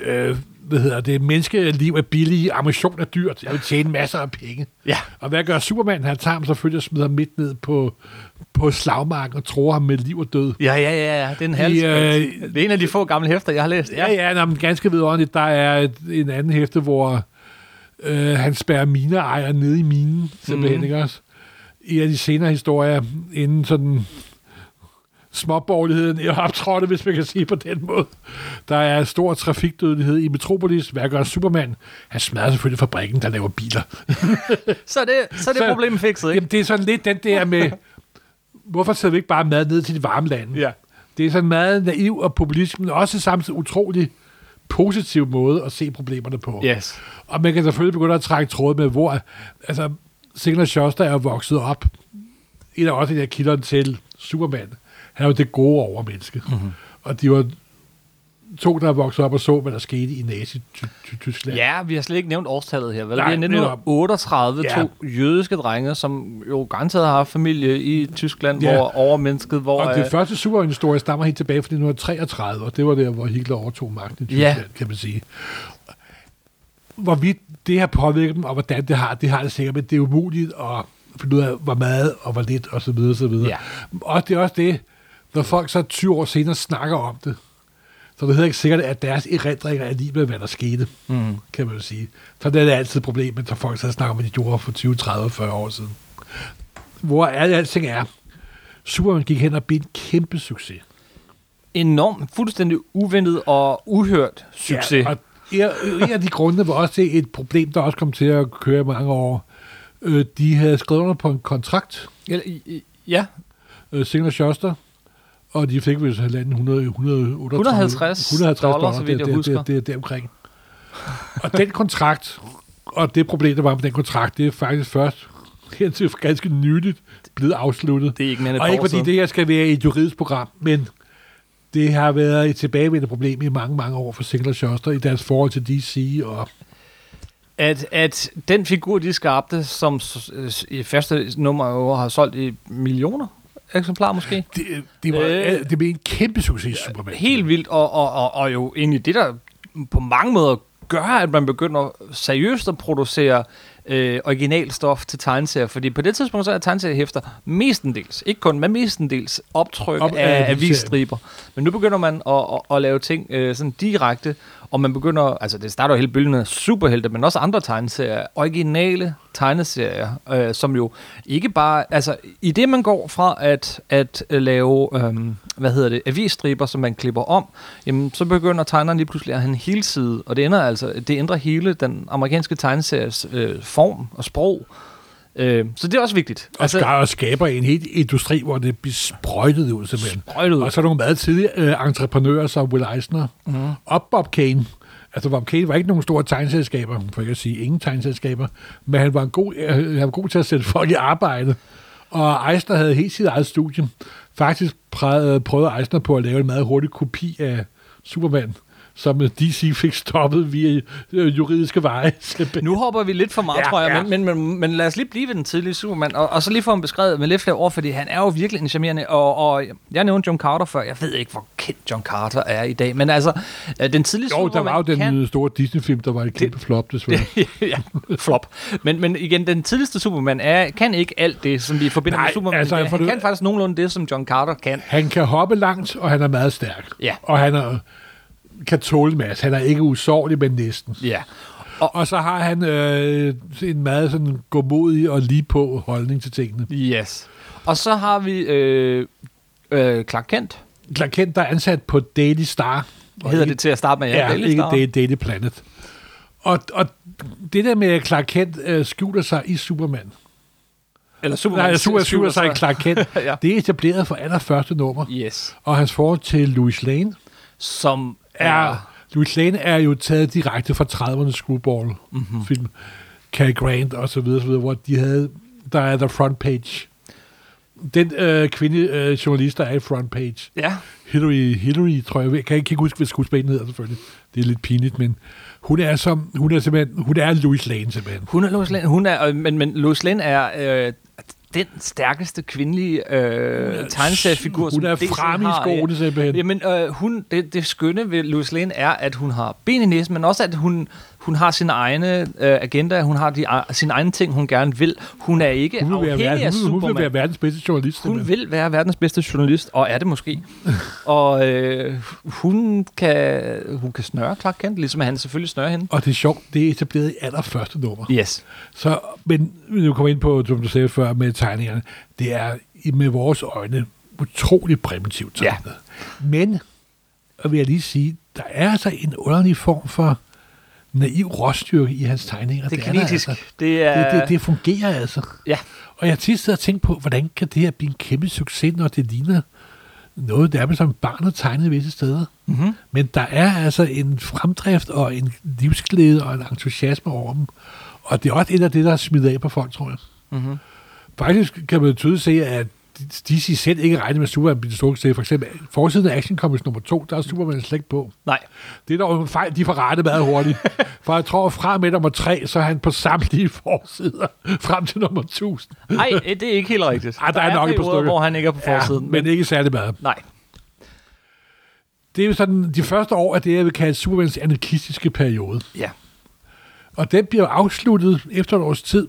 [SPEAKER 2] øh, hvad hedder det, menneskeliv er billige, ammunition er dyrt, jeg vil tjene masser af penge.
[SPEAKER 1] Ja.
[SPEAKER 2] Og hvad gør Superman? Han tager ham selvfølgelig og smider ham midt ned på, på slagmarken og tror ham med liv og død.
[SPEAKER 1] Ja, ja, ja, ja. Det er en halv.
[SPEAKER 2] øh,
[SPEAKER 1] Det er en af de få gamle hæfter, jeg har læst.
[SPEAKER 2] Ja, ja, nå, men ganske vidunderligt. Der er et, en anden hæfte, hvor øh, han spærrer mineejer nede i minen, simpelthen,
[SPEAKER 1] Mhm.
[SPEAKER 2] mm. ikke også? I af de senere historier, inden sådan småborgerligheden er optrådte, hvis man kan sige på den måde. Der er stor trafikdødelighed i Metropolis. Hvad gør Superman? Han smadrer selvfølgelig fabrikken, der laver biler.
[SPEAKER 1] Så er det, så er det
[SPEAKER 2] Så-
[SPEAKER 1] problemet fikset, ikke?
[SPEAKER 2] Jamen, det er sådan lidt den der med, hvorfor sætter vi ikke bare mad ned til de varme lande?
[SPEAKER 1] Ja.
[SPEAKER 2] Det er sådan meget naiv og populistisk, men også samtidig utrolig positiv måde at se problemerne på.
[SPEAKER 1] Yes.
[SPEAKER 2] Og man kan selvfølgelig begynde at trække tråd med, hvor... Altså, Signe Schuster er jo vokset op. En af også en af kilderne til Superman. Han er jo det gode overmenneske.
[SPEAKER 1] Mhm.
[SPEAKER 2] Mm-hmm. Og de var to, der er vokset op og så, hvad der skete i Nazi-Tyskland.
[SPEAKER 1] Ja, vi har slet ikke nævnt årstallet her. Vel?
[SPEAKER 2] Nej,
[SPEAKER 1] vi har 1938
[SPEAKER 2] netop.
[SPEAKER 1] to jødiske drenge, som jo garanteret har haft familie i Tyskland,
[SPEAKER 2] Ja.
[SPEAKER 1] hvor overmennesket, hvor...
[SPEAKER 2] Og
[SPEAKER 1] øh,
[SPEAKER 2] det første superhistorie stammer helt tilbage fra 1933, og det var der, hvor Hitler overtog magten i
[SPEAKER 1] Ja.
[SPEAKER 2] Tyskland, ja. kan man sige. Hvorvidt det har påvirket dem, og hvordan det har, det har det sikkert, men det er umuligt at finde ud af, hvor meget og hvor lidt, og så videre, og så videre.
[SPEAKER 1] Ja.
[SPEAKER 2] Og det er også det, når folk så 20 år senere snakker om det, så er det heller ikke sikkert, at deres erindringer er lige med, hvad der skete, mm. kan man jo sige. Så det er altid et problem, når folk så snakker om, hvad de gjorde for 20, 30, 40 år siden. Hvor er det, alting er. Superman gik hen og blev en kæmpe succes.
[SPEAKER 1] enormt, fuldstændig uventet og uhørt succes.
[SPEAKER 2] Ja, og en- en af de grunde var også til et problem, der også kom til at køre i mange år. Øh, de havde skrevet under på en kontrakt,
[SPEAKER 1] Eller, i- i- ja,
[SPEAKER 2] øh, Singer Schuster, og de fik vist halvanden 100, 158
[SPEAKER 1] 150 dollar, så vidt jeg
[SPEAKER 2] det, det,
[SPEAKER 1] husker.
[SPEAKER 2] Det, det, det er omkring. Og den kontrakt, og det problem, der var med den kontrakt, det er faktisk først her til ganske nyligt blevet afsluttet.
[SPEAKER 1] det er ikke mere end et
[SPEAKER 2] Og
[SPEAKER 1] par
[SPEAKER 2] ikke
[SPEAKER 1] år
[SPEAKER 2] fordi
[SPEAKER 1] siden.
[SPEAKER 2] det her skal være et juridisk program, men det har været et tilbagevendende problem i mange, mange år for Singer Schuster i deres forhold til DC. Og
[SPEAKER 1] at, at den figur, de skabte, som s- s- i første nummer jo har solgt i millioner eksemplarer måske.
[SPEAKER 2] det, det, var,
[SPEAKER 1] Øh.
[SPEAKER 2] øh, det blev en kæmpe succes, Superman.
[SPEAKER 1] Helt vildt, og, og, og, og jo egentlig det, der på mange måder gøre, at man begynder seriøst at producere øh, originalstof til tegneserier? Fordi på det tidspunkt så er tegneseriehæfter mestendels, ikke kun, men mestendels optryk
[SPEAKER 2] Op
[SPEAKER 1] Op
[SPEAKER 2] af
[SPEAKER 1] af
[SPEAKER 2] avisserien.
[SPEAKER 1] avisstriber. Men nu begynder man at, at, at lave ting øh, sådan direkte, og man begynder, altså det starter jo hele bølgen med superhelte, men også andre tegneserier, originale tegneserier, øh, som jo ikke bare, altså i det man går fra at, at lave, øh, hvad hedder det, avisstriber, som man klipper om, jamen så begynder tegneren lige pludselig at have en helside, og det ændrer altså, det ændrer hele den amerikanske tegneseries øh, form og sprog, øh, så det er også vigtigt.
[SPEAKER 2] Og, altså, og skaber en helt industri, hvor det bliver sprøjtet ud simpelthen.
[SPEAKER 1] Sprøjtet ud.
[SPEAKER 2] Og så er nogle meget tidlige øh, entreprenører som Will Eisner mm. og Bob Kane. Altså Bob Kane var ikke nogen store tegnselskaber, for ikke at sige ingen tegnselskaber, men han var, en god, øh, han var god til at sætte folk i arbejde. Og Eisner havde helt sit eget studie. Faktisk prægede- prøvede Eisner på at lave en meget hurtig kopi af Superman, som øh, DC fik stoppet via øh, juridiske veje. simpelthen.
[SPEAKER 1] Nu hopper vi lidt for meget,
[SPEAKER 2] Ja,
[SPEAKER 1] ja, tror jeg,
[SPEAKER 2] ja.
[SPEAKER 1] ja. men, men, men, men lad os lige blive ved den tidlige Superman, og, og så lige få ham beskrevet med lidt flere ord, fordi han er jo virkelig en charmerende, og, og jeg nævnte John Carter før, jeg ved ikke, hvor kendt John Carter er i dag, men altså, øh, den tidlige
[SPEAKER 2] Jo, der
[SPEAKER 1] Superman
[SPEAKER 2] var jo den
[SPEAKER 1] kan...
[SPEAKER 2] kan... store Disney-film, der var et kæmpe flop, desværre.
[SPEAKER 1] ja, flop. Men, men igen, den tidligste Superman er, kan ikke alt det, som vi forbinder
[SPEAKER 2] Nej,
[SPEAKER 1] med Superman.
[SPEAKER 2] altså,
[SPEAKER 1] Altså,
[SPEAKER 2] for
[SPEAKER 1] han
[SPEAKER 2] det-
[SPEAKER 1] kan faktisk nogenlunde det, som John Carter kan.
[SPEAKER 2] Han kan hoppe langt, og han er meget stærk.
[SPEAKER 1] Ja.
[SPEAKER 2] Og han er, kan tåle en masse. Han er ikke usårlig, men næsten.
[SPEAKER 1] Ja.
[SPEAKER 2] Og så har han øh, en meget sådan godmodig og lige på holdning til tingene.
[SPEAKER 1] Yes. Og så har vi øh, øh, Clark Kent,
[SPEAKER 2] Clark Kent, der er ansat på Daily Star. og
[SPEAKER 1] hedder
[SPEAKER 2] ikke-
[SPEAKER 1] det til at starte med.
[SPEAKER 2] Ja,
[SPEAKER 1] Daily
[SPEAKER 2] ikke
[SPEAKER 1] Star.
[SPEAKER 2] Daily, Daily Planet. Og, og det der med, at Clark Kent øh, skjuler sig i Superman.
[SPEAKER 1] Eller Superman.
[SPEAKER 2] Nej, Superman skjuler sig i Clark Kent.
[SPEAKER 1] Ja.
[SPEAKER 2] Det er etableret for allerførste nummer.
[SPEAKER 1] Yes.
[SPEAKER 2] Og hans forhold til Louis Lane.
[SPEAKER 1] som
[SPEAKER 2] er...
[SPEAKER 1] er...
[SPEAKER 2] Louis Lane er jo taget direkte fra 30'ernes
[SPEAKER 1] Mhm.
[SPEAKER 2] screwball-film. Mm-hmm. Cary Grant og så videre, så videre, hvor de havde... Der er der front page. Den øh, kvinde øh, journalist, der er i front page.
[SPEAKER 1] Ja.
[SPEAKER 2] Hillary, Hillary, tror jeg. Jeg kan ikke huske, hvad skuespilleren hedder, selvfølgelig. Det er lidt pinligt, men hun er, som, hun er simpelthen... Hun er Louis Lane, simpelthen.
[SPEAKER 1] Hun er Lois Lane. Hun er, øh, men, men Lois Lane er øh, den stærkeste kvindelige øh, tegneseriefigur,
[SPEAKER 2] Hun er
[SPEAKER 1] som DC
[SPEAKER 2] fremme i
[SPEAKER 1] har,
[SPEAKER 2] skoene,
[SPEAKER 1] ja.
[SPEAKER 2] simpelthen.
[SPEAKER 1] Jamen, øh, hun, det, det skønne ved Lois Lane er, at hun har ben i næsen, men også at hun, hun har sine egne øh, agenda, hun har de, sine egne ting, hun gerne vil. Hun er ikke
[SPEAKER 2] Hun vil, være,
[SPEAKER 1] afhængig af
[SPEAKER 2] verdens, hun, vil- hun
[SPEAKER 1] Superman.
[SPEAKER 2] vil være verdens bedste journalist.
[SPEAKER 1] Hun
[SPEAKER 2] simpelthen.
[SPEAKER 1] vil være verdens bedste journalist, og er det måske. og øh, hun, kan, hun kan snøre Clark Kent, ligesom han selvfølgelig snører hende.
[SPEAKER 2] Og det er sjovt, det er etableret i allerførste nummer.
[SPEAKER 1] Yes.
[SPEAKER 2] Så, men nu kommer ind på, som du sagde før, med tegningerne. Det er i- med vores øjne utrolig primitivt tegnet. Ja. Men, og vil jeg lige sige, der er altså en underlig form for naiv råstyrke i hans tegninger.
[SPEAKER 1] Det er
[SPEAKER 2] er der
[SPEAKER 1] kinetisk.
[SPEAKER 2] Altså.
[SPEAKER 1] Det er...
[SPEAKER 2] Det, det, det fungerer altså.
[SPEAKER 1] Ja.
[SPEAKER 2] Og jeg har tit siddet og tænkt på, hvordan kan det her blive en kæmpe succes, når det ligner noget, der er som barnet tegnet visse steder. Mm-hmm. Men der er altså en fremdrift og en livsglæde og en entusiasme over dem. Og det er også et af det, der smider af på folk, tror jeg.
[SPEAKER 1] Mm-hmm.
[SPEAKER 2] Faktisk kan man tydeligt se, at DC selv ikke regner med at Superman bliver en stor succes. For eksempel forsiden af Action Comics nummer 2, der er Superman slet ikke på.
[SPEAKER 1] Nej.
[SPEAKER 2] Det er dog en fejl, de får rettet meget hurtigt. For jeg tror, fra med nummer 3, så er han på samtlige forsider frem til nummer 1000.
[SPEAKER 1] Nej, det er ikke helt rigtigt.
[SPEAKER 2] Ej, der er nok et par
[SPEAKER 1] perioder,
[SPEAKER 2] stykker.
[SPEAKER 1] hvor han ikke er på forsiden.
[SPEAKER 2] Ja, men ikke særlig meget.
[SPEAKER 1] Nej.
[SPEAKER 2] Det er jo sådan, de første år af det, jeg vil kalde Supermans anarkistiske periode.
[SPEAKER 1] Ja.
[SPEAKER 2] Og den bliver jo afsluttet efter et års tid,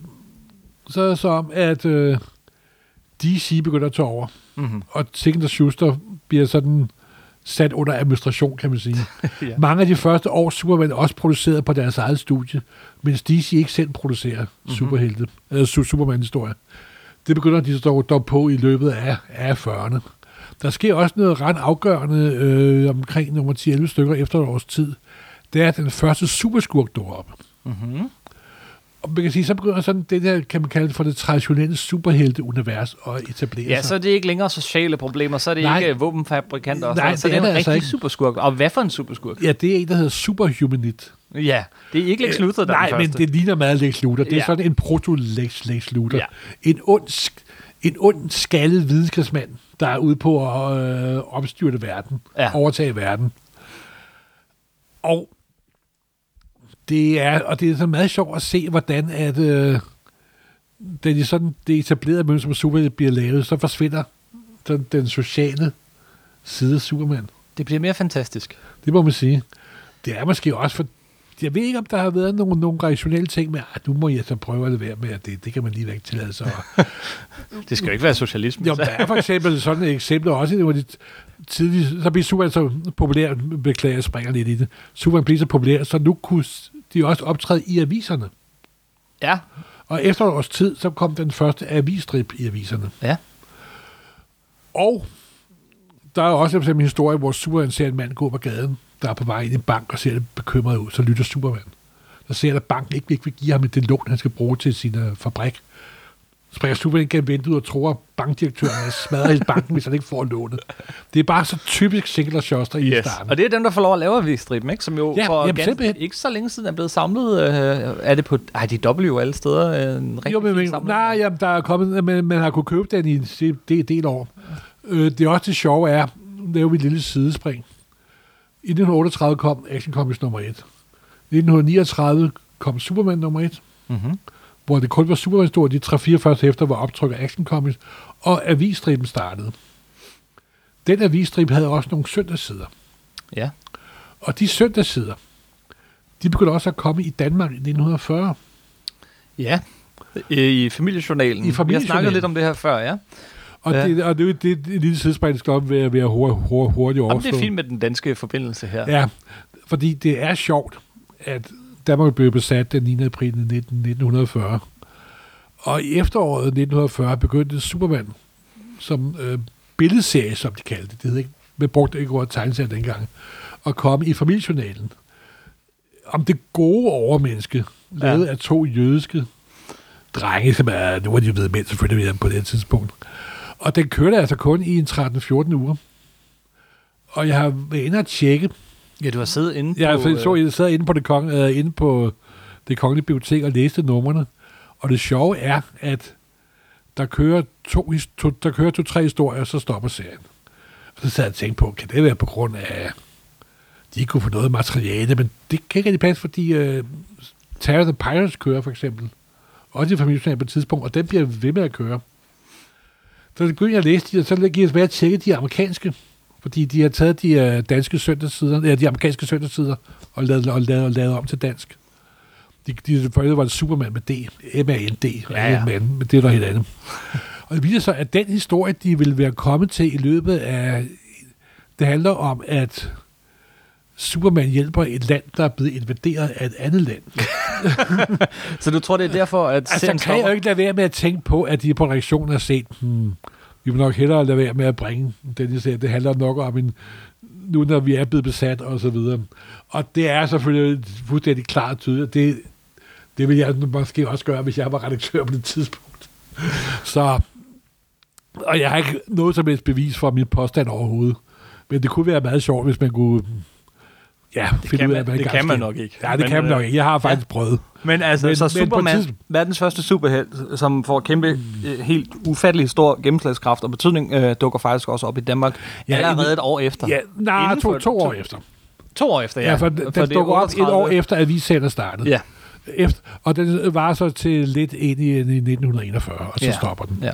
[SPEAKER 2] så som at øh, DC begynder at tage over.
[SPEAKER 1] Mm-hmm.
[SPEAKER 2] Og Sikken og Schuster bliver sådan sat under administration, kan man sige.
[SPEAKER 1] Ja.
[SPEAKER 2] ja. Mange af de første år Superman er også produceret på deres eget studie, mens DC ikke selv producerer
[SPEAKER 1] Mhm.
[SPEAKER 2] mm-hmm. superhelte, eller su- Superman-historier. Det begynder de så dog på i løbet af, af 40'erne. Der sker også noget ret afgørende øh, omkring nummer 10-11 stykker efter et års tid. Det er, at den første superskurk dukker op.
[SPEAKER 1] Mm-hmm.
[SPEAKER 2] Og man kan sige, så begynder sådan det der, kan man kalde det for det traditionelle superhelte-univers at etablere
[SPEAKER 1] ja,
[SPEAKER 2] sig.
[SPEAKER 1] så er det ikke længere sociale problemer, så er det
[SPEAKER 2] Nej.
[SPEAKER 1] ikke øh, våbenfabrikanter, og
[SPEAKER 2] Nej,
[SPEAKER 1] sådan, noget, så
[SPEAKER 2] det
[SPEAKER 1] det er
[SPEAKER 2] er
[SPEAKER 1] en
[SPEAKER 2] det altså
[SPEAKER 1] rigtig
[SPEAKER 2] ikke.
[SPEAKER 1] superskurk. Og hvad for en superskurk?
[SPEAKER 2] Ja, det er en, der hedder Superhumanit.
[SPEAKER 1] Ja, det er ikke Lex Luthor, der er
[SPEAKER 2] Øh, Nej,
[SPEAKER 1] den
[SPEAKER 2] men
[SPEAKER 1] første.
[SPEAKER 2] det ligner meget Lex Luthor. Det er
[SPEAKER 1] Ja.
[SPEAKER 2] sådan en proto-Lex Lex Luthor.
[SPEAKER 1] Ja.
[SPEAKER 2] En ond, sk- en ond skaldet videnskabsmand, der er ude på at øh, opstyrte verden,
[SPEAKER 1] Ja.
[SPEAKER 2] overtage verden. Og det er, og det er så meget sjovt at se, hvordan at, øh, da de sådan, det etablerede mønster som Superman bliver lavet, så forsvinder den, den sociale side af Superman.
[SPEAKER 1] det bliver mere fantastisk.
[SPEAKER 2] Det må man sige. Det er måske også for Jeg ved ikke, om der har været nogle, nogle rationelle ting med, at nu må jeg så prøve at lade være med, at det, det kan man lige ikke tillade sig. Og-
[SPEAKER 1] Det skal jo ikke være socialisme.
[SPEAKER 2] jo, der er for eksempel sådan et eksempel også, det var de tidlige, så blev Superman så populær, beklager, jeg springer lidt i det. Superman blev så populær, så nu kunne s- de også optræde i aviserne.
[SPEAKER 1] ja.
[SPEAKER 2] Og efter et års tid, så kom den første avisstrip i aviserne.
[SPEAKER 1] ja.
[SPEAKER 2] Og der er også for eksempel en historie, hvor Superman ser en mand gå på gaden, der er på vej ind i en bank og ser det bekymret ud. Så lytter Superman. Der ser, han, at banken ikke, ikke vil give ham det lån, han skal bruge til sin øh, fabrik. Springer Superman gennem vinduet og tror, at bankdirektøren er smadret i banken, hvis han ikke får lånet. Det er bare så typisk Sinkler Schuster i yes. starten.
[SPEAKER 1] Og det er dem, der får lov at lave avisstriben, ikke? Som jo
[SPEAKER 2] Ja,
[SPEAKER 1] for
[SPEAKER 2] jamen
[SPEAKER 1] ganske-
[SPEAKER 2] simpelthen.
[SPEAKER 1] ikke så længe siden er blevet samlet. Øh, er det på ej, det er W alle steder? Øh, en rigtig
[SPEAKER 2] Jo, men,
[SPEAKER 1] fin
[SPEAKER 2] men,
[SPEAKER 1] samling.
[SPEAKER 2] nej, jamen, der er kommet, men man har kunnet købe den i en se- det er en del år. Øh, det er også det sjove er, nu laver vi et lille sidespring. I 1938 kom Action Comics nummer 1. I 1939 kom Superman nummer 1,
[SPEAKER 1] Mhm.
[SPEAKER 2] hvor det kun var Superman stor, de 3-4 første efter var optryk af Action Comics, og avisstriben startede. Den avisstrip havde også nogle søndagssider.
[SPEAKER 1] Ja.
[SPEAKER 2] Og de søndagssider, de begyndte også at komme i Danmark i 1940.
[SPEAKER 1] Ja. I familiejournalen. Vi
[SPEAKER 2] I
[SPEAKER 1] har snakket
[SPEAKER 2] familiejournalen.
[SPEAKER 1] lidt om det her før, ja.
[SPEAKER 2] Og,
[SPEAKER 1] Ja.
[SPEAKER 2] ja. det, og det, er jo- det, det, det er et lille sidespring, det skal op ved at være hurtigt hurtigt
[SPEAKER 1] Jamen, det
[SPEAKER 2] overstået.
[SPEAKER 1] er fint med den danske forbindelse her.
[SPEAKER 2] Ja, fordi det er sjovt, at Danmark blev besat den 9. april 19, 1940. Og i efteråret 1940 begyndte Superman som øh, billedserie, som de kaldte det. Det hed ikke, man brugte ikke ordet tegneserie dengang. Og komme i familiejournalen. Om det gode overmenneske, lavet
[SPEAKER 1] Ja.
[SPEAKER 2] af to jødiske drenge, som er, nu er de blevet mænd selvfølgelig på det her tidspunkt. Og den kørte altså kun i en 13-14 uger. Og jeg har været inde og tjekke,
[SPEAKER 1] ja du har siddet inde
[SPEAKER 2] Ja,
[SPEAKER 1] på...
[SPEAKER 2] for jeg så,
[SPEAKER 1] øh,
[SPEAKER 2] jeg sad inde på det, kong, øh, inde på det kongelige bibliotek og læste numrene. Og det sjove er, at der kører to, his- to, der kører to tre historier, og så stopper serien. Og så sad jeg og tænkte på, kan det være på grund af, de ikke kunne få noget materiale, men det kan ikke rigtig passe, fordi øh, Terror the Pirates kører for eksempel. Også i familien på et tidspunkt, og den bliver ved med at køre. Så begyndte jeg at læse de, og så gik jeg tilbage og tjekke de amerikanske, fordi de har taget de øh, danske søndagssider, eller de amerikanske søndagssider, og lavet, og lavet, og lavet om til dansk. De, de for eksempel var det Superman med D, M-A-N-D,
[SPEAKER 1] Ja, ja.
[SPEAKER 2] ja, ja. men det er noget helt andet. og det viser sig, at den historie, de ville være kommet til i løbet af, det handler om, at Superman hjælper et land, der er blevet invaderet af et andet land.
[SPEAKER 1] Så du tror, det er derfor, at
[SPEAKER 2] Altså,
[SPEAKER 1] serien
[SPEAKER 2] kan jeg
[SPEAKER 1] stopper?
[SPEAKER 2] jo ikke lade være med at tænke på, at de på reaktionen har set, hmm, vi må nok hellere lade være med at bringe den her serie. Det handler nok om en, nu når vi er blevet besat og så videre. Og det er selvfølgelig fuldstændig klart og tydeligt. Det, det vil jeg måske også gøre, hvis jeg var redaktør på det tidspunkt. Så, og jeg har ikke noget som helst bevis for min påstand overhovedet. Men det kunne være meget sjovt, hvis man kunne ja, det finde
[SPEAKER 1] kan
[SPEAKER 2] ud af,
[SPEAKER 1] man-
[SPEAKER 2] hvad
[SPEAKER 1] det
[SPEAKER 2] engang
[SPEAKER 1] kan man
[SPEAKER 2] sker.
[SPEAKER 1] nok ikke.
[SPEAKER 2] Ja, det
[SPEAKER 1] Men,
[SPEAKER 2] kan man
[SPEAKER 1] øh,
[SPEAKER 2] nok ikke. Jeg har faktisk ja. prøvet.
[SPEAKER 1] Men altså, men,
[SPEAKER 2] Men-
[SPEAKER 1] så
[SPEAKER 2] men på et
[SPEAKER 1] Superman,
[SPEAKER 2] tidspunkt-
[SPEAKER 1] verdens første superhelt, som får kæmpe, øh, helt ufattelig stor gennemslagskraft og betydning, øh, dukker faktisk også op i Danmark ja,
[SPEAKER 2] Ja,
[SPEAKER 1] allerede
[SPEAKER 2] inden-
[SPEAKER 1] et år efter.
[SPEAKER 2] Ja, nej,
[SPEAKER 1] Inden for-
[SPEAKER 2] to, to år efter.
[SPEAKER 1] To år efter, ja.
[SPEAKER 2] Ja, for den, den
[SPEAKER 1] det er
[SPEAKER 2] dukker op et år
[SPEAKER 1] 38.
[SPEAKER 2] efter, at vi sender startede.
[SPEAKER 1] Ja,
[SPEAKER 2] Efter, og den var så til lidt ind i, i 1941, og så
[SPEAKER 1] Ja.
[SPEAKER 2] ja. stopper den.
[SPEAKER 1] ja.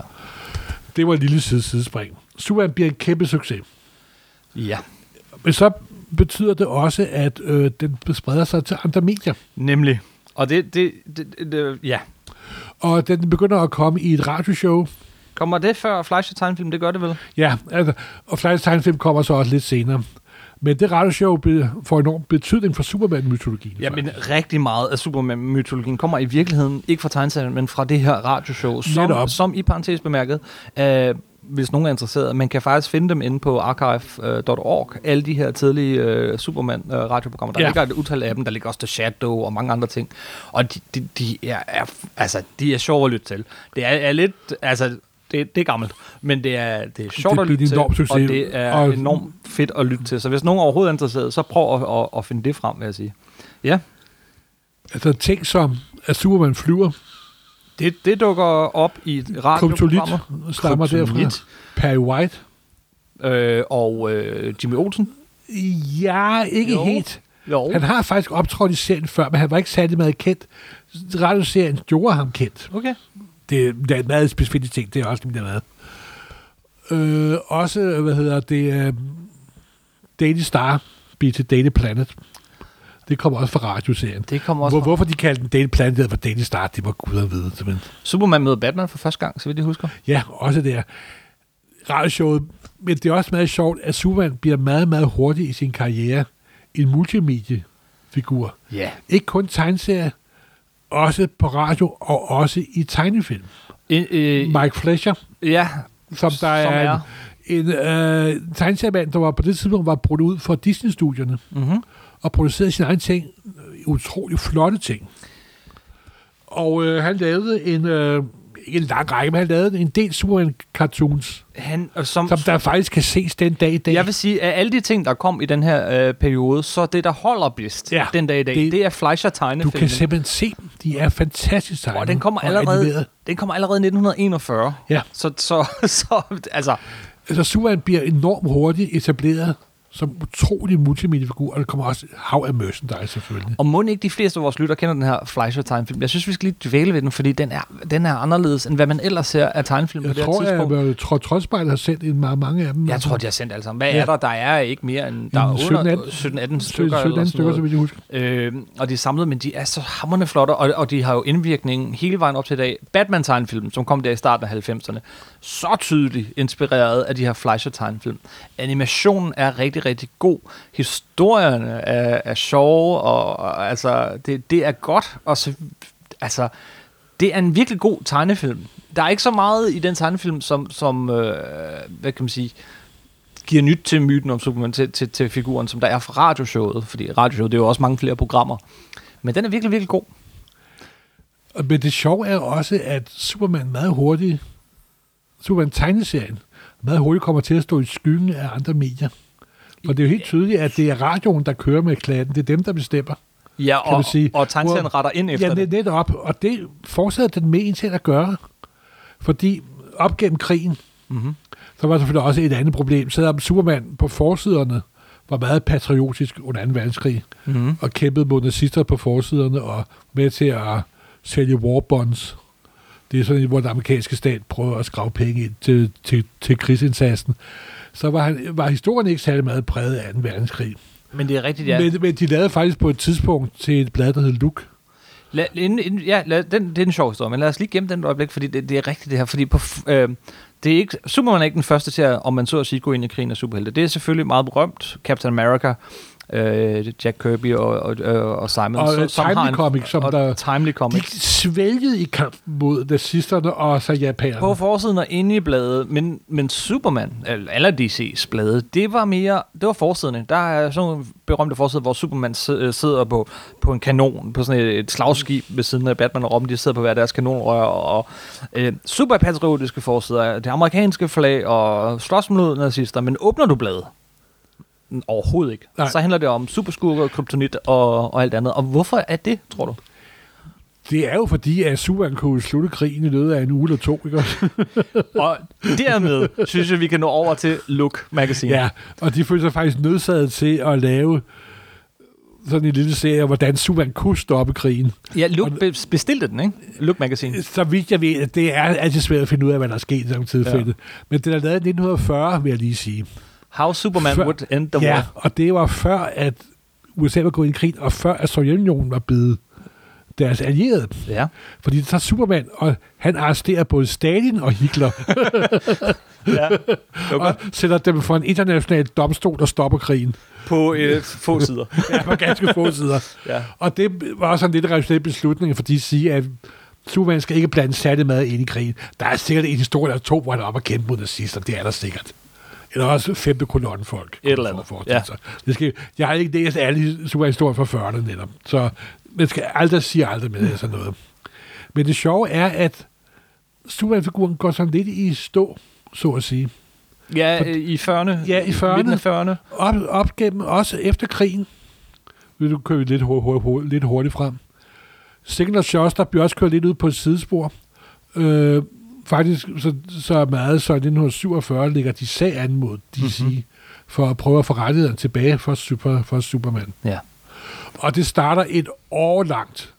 [SPEAKER 2] Det var et lille side, sidespring. Superman bliver en kæmpe succes.
[SPEAKER 1] Ja,
[SPEAKER 2] Men så betyder det også, at øh, den spreder sig til andre medier.
[SPEAKER 1] nemlig. Og det, det, det, det, det ja.
[SPEAKER 2] Og den begynder at komme i et radioshow.
[SPEAKER 1] Kommer det før Fleisch og Tegnfilm? Det gør det vel?
[SPEAKER 2] Ja, altså, og Flyers Tegnefilm kommer så også lidt senere. Men det radioshow be- får enorm betydning for Superman-mytologien.
[SPEAKER 1] Ja,
[SPEAKER 2] faktisk.
[SPEAKER 1] men rigtig meget af Superman-mytologien kommer i virkeligheden ikke fra tegneserien, men fra det her radioshow, som,
[SPEAKER 2] Netop.
[SPEAKER 1] som i parentes bemærket, øh, hvis nogen er interesseret, man kan faktisk finde dem inde på archive.org, alle de her tidlige øh, Superman-radioprogrammer. Der ja.
[SPEAKER 2] Ja.
[SPEAKER 1] ligger et utal af dem, der ligger også The Shadow og mange andre ting, og de, de, de er, er, altså, de er sjove at lytte til. Det er, er lidt, altså, det, det er gammelt, men det er, det er sjovt
[SPEAKER 2] Det
[SPEAKER 1] at
[SPEAKER 2] blev
[SPEAKER 1] lytte
[SPEAKER 2] en
[SPEAKER 1] til,
[SPEAKER 2] enorm succes,
[SPEAKER 1] og det er
[SPEAKER 2] og-
[SPEAKER 1] enormt fedt at lytte til. Så hvis nogen overhovedet er interesseret, så prøv at, at, at finde det frem, vil jeg sige. Ja.
[SPEAKER 2] Altså ting som, at Superman flyver,
[SPEAKER 1] Det, det dukker op i radioprogrammer.
[SPEAKER 2] kryptolit stammer
[SPEAKER 1] Kryptonit.
[SPEAKER 2] derfra. Perry White,
[SPEAKER 1] Øh, og øh, Jimmy Olsen.
[SPEAKER 2] Ja, ikke
[SPEAKER 1] Jo.
[SPEAKER 2] jo. helt.
[SPEAKER 1] Jo.
[SPEAKER 2] Han har faktisk optrådt i serien før, men han var ikke særlig meget kendt. Radioserien gjorde ham kendt.
[SPEAKER 1] Okay.
[SPEAKER 2] Det, det er en meget specifik ting, det er også, det har været. Øh, også, hvad hedder det, øh, Daily Star, bliver til Daily Planet. Det kommer også fra radioserien.
[SPEAKER 1] Det kommer også
[SPEAKER 2] Hvor,
[SPEAKER 1] Hvor,
[SPEAKER 2] hvorfor de kaldte den Daily Planet for Daily Star, det var gud at vide. Men
[SPEAKER 1] Superman møder Batman for første gang, så vidt jeg husker.
[SPEAKER 2] ja, også der. Radioshowet. Men det er også meget sjovt, at Superman bliver meget, meget hurtig i sin karriere. En multimediefigur.
[SPEAKER 1] Ja.
[SPEAKER 2] Ikke kun tegneserier, også på radio og også i tegnefilm.
[SPEAKER 1] Yeah. Øh,
[SPEAKER 2] Mike Fleischer,
[SPEAKER 1] ja,
[SPEAKER 2] som der
[SPEAKER 1] Som
[SPEAKER 2] er,
[SPEAKER 1] er.
[SPEAKER 2] en, en øh, tegneseriemand, der var på det tidspunkt var brudt ud fra Disney-studierne
[SPEAKER 1] mm-hmm.
[SPEAKER 2] og producerede sine egne ting, øh, utrolig flotte ting. Og øh, han lavede en, øh, ikke en lang række, men han lavede en del Superman-cartoons,
[SPEAKER 1] han, og som,
[SPEAKER 2] som der faktisk kan ses den dag i dag.
[SPEAKER 1] Jeg vil sige, at alle de ting, der kom i den her øh, periode, så det, der holder bedst
[SPEAKER 2] Ja,
[SPEAKER 1] ja, den dag i dag,
[SPEAKER 2] det-
[SPEAKER 1] det, det er Fleischer
[SPEAKER 2] du
[SPEAKER 1] tegnefilmen.
[SPEAKER 2] kan simpelthen se dem. De er fantastisk tegnet.
[SPEAKER 1] og den kommer, allerede,
[SPEAKER 2] animeret.
[SPEAKER 1] den kommer allerede i 1941.
[SPEAKER 2] Ja.
[SPEAKER 1] Så, så, så altså,
[SPEAKER 2] Altså, Superman bliver enormt hurtigt etableret som utrolig multimediefigur, og der kommer også et hav af merchandise selvfølgelig.
[SPEAKER 1] og må ikke de fleste af vores lytter kender den her Fleischer tegnefilm. Jeg synes, vi skal lige dvæle ved den, fordi den er, den er anderledes, end hvad man ellers ser af tegnefilm på
[SPEAKER 2] Jeg
[SPEAKER 1] det her
[SPEAKER 2] tror,
[SPEAKER 1] tidspunkt.
[SPEAKER 2] at jeg tror, Troldspejlet har sendt en meget mange af dem.
[SPEAKER 1] Jeg tror, de har sendt alle sammen. Hvad
[SPEAKER 2] Ja.
[SPEAKER 1] er der? Der er ikke mere end... Der
[SPEAKER 2] En
[SPEAKER 1] er
[SPEAKER 2] 17,
[SPEAKER 1] under
[SPEAKER 2] 18
[SPEAKER 1] 17-18 stykker.
[SPEAKER 2] 17
[SPEAKER 1] eller
[SPEAKER 2] stykker,
[SPEAKER 1] sådan
[SPEAKER 2] stykker, så
[SPEAKER 1] noget.
[SPEAKER 2] vidt jeg husker.
[SPEAKER 1] Øh, og de er samlet, men de er så hammerne flotte, og, og de har jo indvirkningen hele vejen op til i dag. Batman-tegnefilmen, som kom der i starten af 90'erne, så tydeligt inspireret af de her Fleischer-tegnefilm. Animationen er rigtig, rigtig god. Historierne er, er sjove, og, og altså, det, det er godt, og så, altså, det er en virkelig god tegnefilm. Der er ikke så meget i den tegnefilm, som, som øh, hvad kan man sige, giver nyt til myten om Superman, til, til, til figuren, som der er fra radioshowet, fordi radioshowet, det er jo også mange flere programmer. Men den er virkelig, virkelig god.
[SPEAKER 2] Og- Men det sjove er også, at Superman meget hurtigt, Superman-tegneserien, meget hurtigt kommer til at stå i skyggen af andre medier. Og det er jo helt tydeligt, at det er radioen, der kører med klatten. Det er dem, der bestemmer.
[SPEAKER 1] Ja,
[SPEAKER 2] Kan man
[SPEAKER 1] og,
[SPEAKER 2] sige.
[SPEAKER 1] og tegneserien
[SPEAKER 2] Hvor-
[SPEAKER 1] retter ind efter
[SPEAKER 2] ja,
[SPEAKER 1] ja,
[SPEAKER 2] net-
[SPEAKER 1] det.
[SPEAKER 2] netop. Og det fortsatte den med indtil at gøre. Fordi op gennem krigen,
[SPEAKER 1] Mm-hmm.
[SPEAKER 2] så var der selvfølgelig også et andet problem. Selvom Superman på forsiderne var meget patriotisk under 2. verdenskrig,
[SPEAKER 1] Mm-hmm.
[SPEAKER 2] og kæmpede mod nazister på forsiderne og med til at sælge war bonds. Det er sådan, hvor den amerikanske stat prøver at skrave penge ind til, til, til krigsindsatsen. Så var, han, var historien ikke særlig meget præget af 2. verdenskrig.
[SPEAKER 1] Men det er rigtigt,
[SPEAKER 2] Ja.
[SPEAKER 1] ja.
[SPEAKER 2] Men, men de lavede faktisk på et tidspunkt til et blad, der hed Look.
[SPEAKER 1] Lad, inden, inden, ja, lad, den, det er en sjov historie, men lad os lige gemme den et øjeblik, fordi det, det er rigtigt det her. Fordi på, f- øh, det er ikke, Superman er ikke den første til at, om man så at sige, gå ind i krigen af superhelte. Det er selvfølgelig meget berømt. Captain America, øh, Jack Kirby og, og, og, og Simon.
[SPEAKER 2] Og, øh,
[SPEAKER 1] har
[SPEAKER 2] Timely
[SPEAKER 1] en-
[SPEAKER 2] Comic, som
[SPEAKER 1] og
[SPEAKER 2] der-
[SPEAKER 1] Timely
[SPEAKER 2] De
[SPEAKER 1] Comic.
[SPEAKER 2] svælgede i kampen mod nazisterne og så japanerne.
[SPEAKER 1] På forsiden og inde i bladet, men, men Superman, eller alle DC's blade, det var mere, det var forsiderne. Der er sådan nogle berømte forsider, hvor Superman si- øh, sidder på, på en kanon, på sådan et, et slagskib ved siden af Batman og Robin, de sidder på hver deres kanonrør, og øh, superpatriotiske forsider, det amerikanske flag og slås mod nazister, men åbner du bladet? Overhovedet ikke.
[SPEAKER 2] Nej.
[SPEAKER 1] Nej. Så handler det om superskurker, kryptonit og, og alt andet. Og hvorfor er det, tror du?
[SPEAKER 2] Det er jo fordi, at Superman kunne slutte krigen i løbet af en uge eller to. Ikke? også?
[SPEAKER 1] Og dermed synes jeg, vi kan nå over til Look Magazine.
[SPEAKER 2] ja, og de følte sig faktisk nødsaget til at lave sådan en lille serie, om, hvordan Superman kunne stoppe krigen.
[SPEAKER 1] Ja, Look be- bestilte den, ikke? Look Magazine.
[SPEAKER 2] Så vidt jeg ved, det er altid svært at finde ud af, hvad der er sket i sådan nogle tilfælde. Ja. Men den er lavet i 1940, vil jeg lige sige.
[SPEAKER 1] How Superman
[SPEAKER 2] Før-
[SPEAKER 1] Would End the
[SPEAKER 2] ja,
[SPEAKER 1] War.
[SPEAKER 2] og det var før, at USA var gået i krig, og før, at Sovjetunionen var blevet deres allierede.
[SPEAKER 1] Ja.
[SPEAKER 2] Fordi så tager Superman, og han arresterer både Stalin og Hitler,
[SPEAKER 1] ja.
[SPEAKER 2] og sætter dem for en international domstol, der stopper krigen.
[SPEAKER 1] På øh, få sider.
[SPEAKER 2] Ja, på ganske få sider.
[SPEAKER 1] Ja.
[SPEAKER 2] Og det var sådan lidt en rationel beslutning, fordi de siger, at Superman skal ikke blande særlig meget ind i krigen. Der er sikkert en historie eller to, hvor han er oppe og kæmpe mod nazister. Det er der sikkert. Eller også femte kolonne folk.
[SPEAKER 1] Et eller andet, ja.
[SPEAKER 2] Det skal, jeg har ikke læst alle superhistorier fra 40'erne netop. Så man skal aldrig sige aldrig med sådan noget. Men det sjove er, at Superman-figuren går sådan lidt i stå, så at sige.
[SPEAKER 1] ja, øh, i 40'erne.
[SPEAKER 2] Ja, i 40'erne.
[SPEAKER 1] midten af 40'erne.
[SPEAKER 2] Op, op gennem, også efter krigen, nu kører vi lidt, hu- hu- hu- lidt hurtigt frem. Signal Shuster bliver også kørt lidt ud på et sidespor. Øh, faktisk så, så meget, så i 1947 ligger de sag an mod DC, mm-hmm. for at prøve at få rettighederne tilbage for, super, for Superman.
[SPEAKER 1] Ja.
[SPEAKER 2] Og det starter et årlangt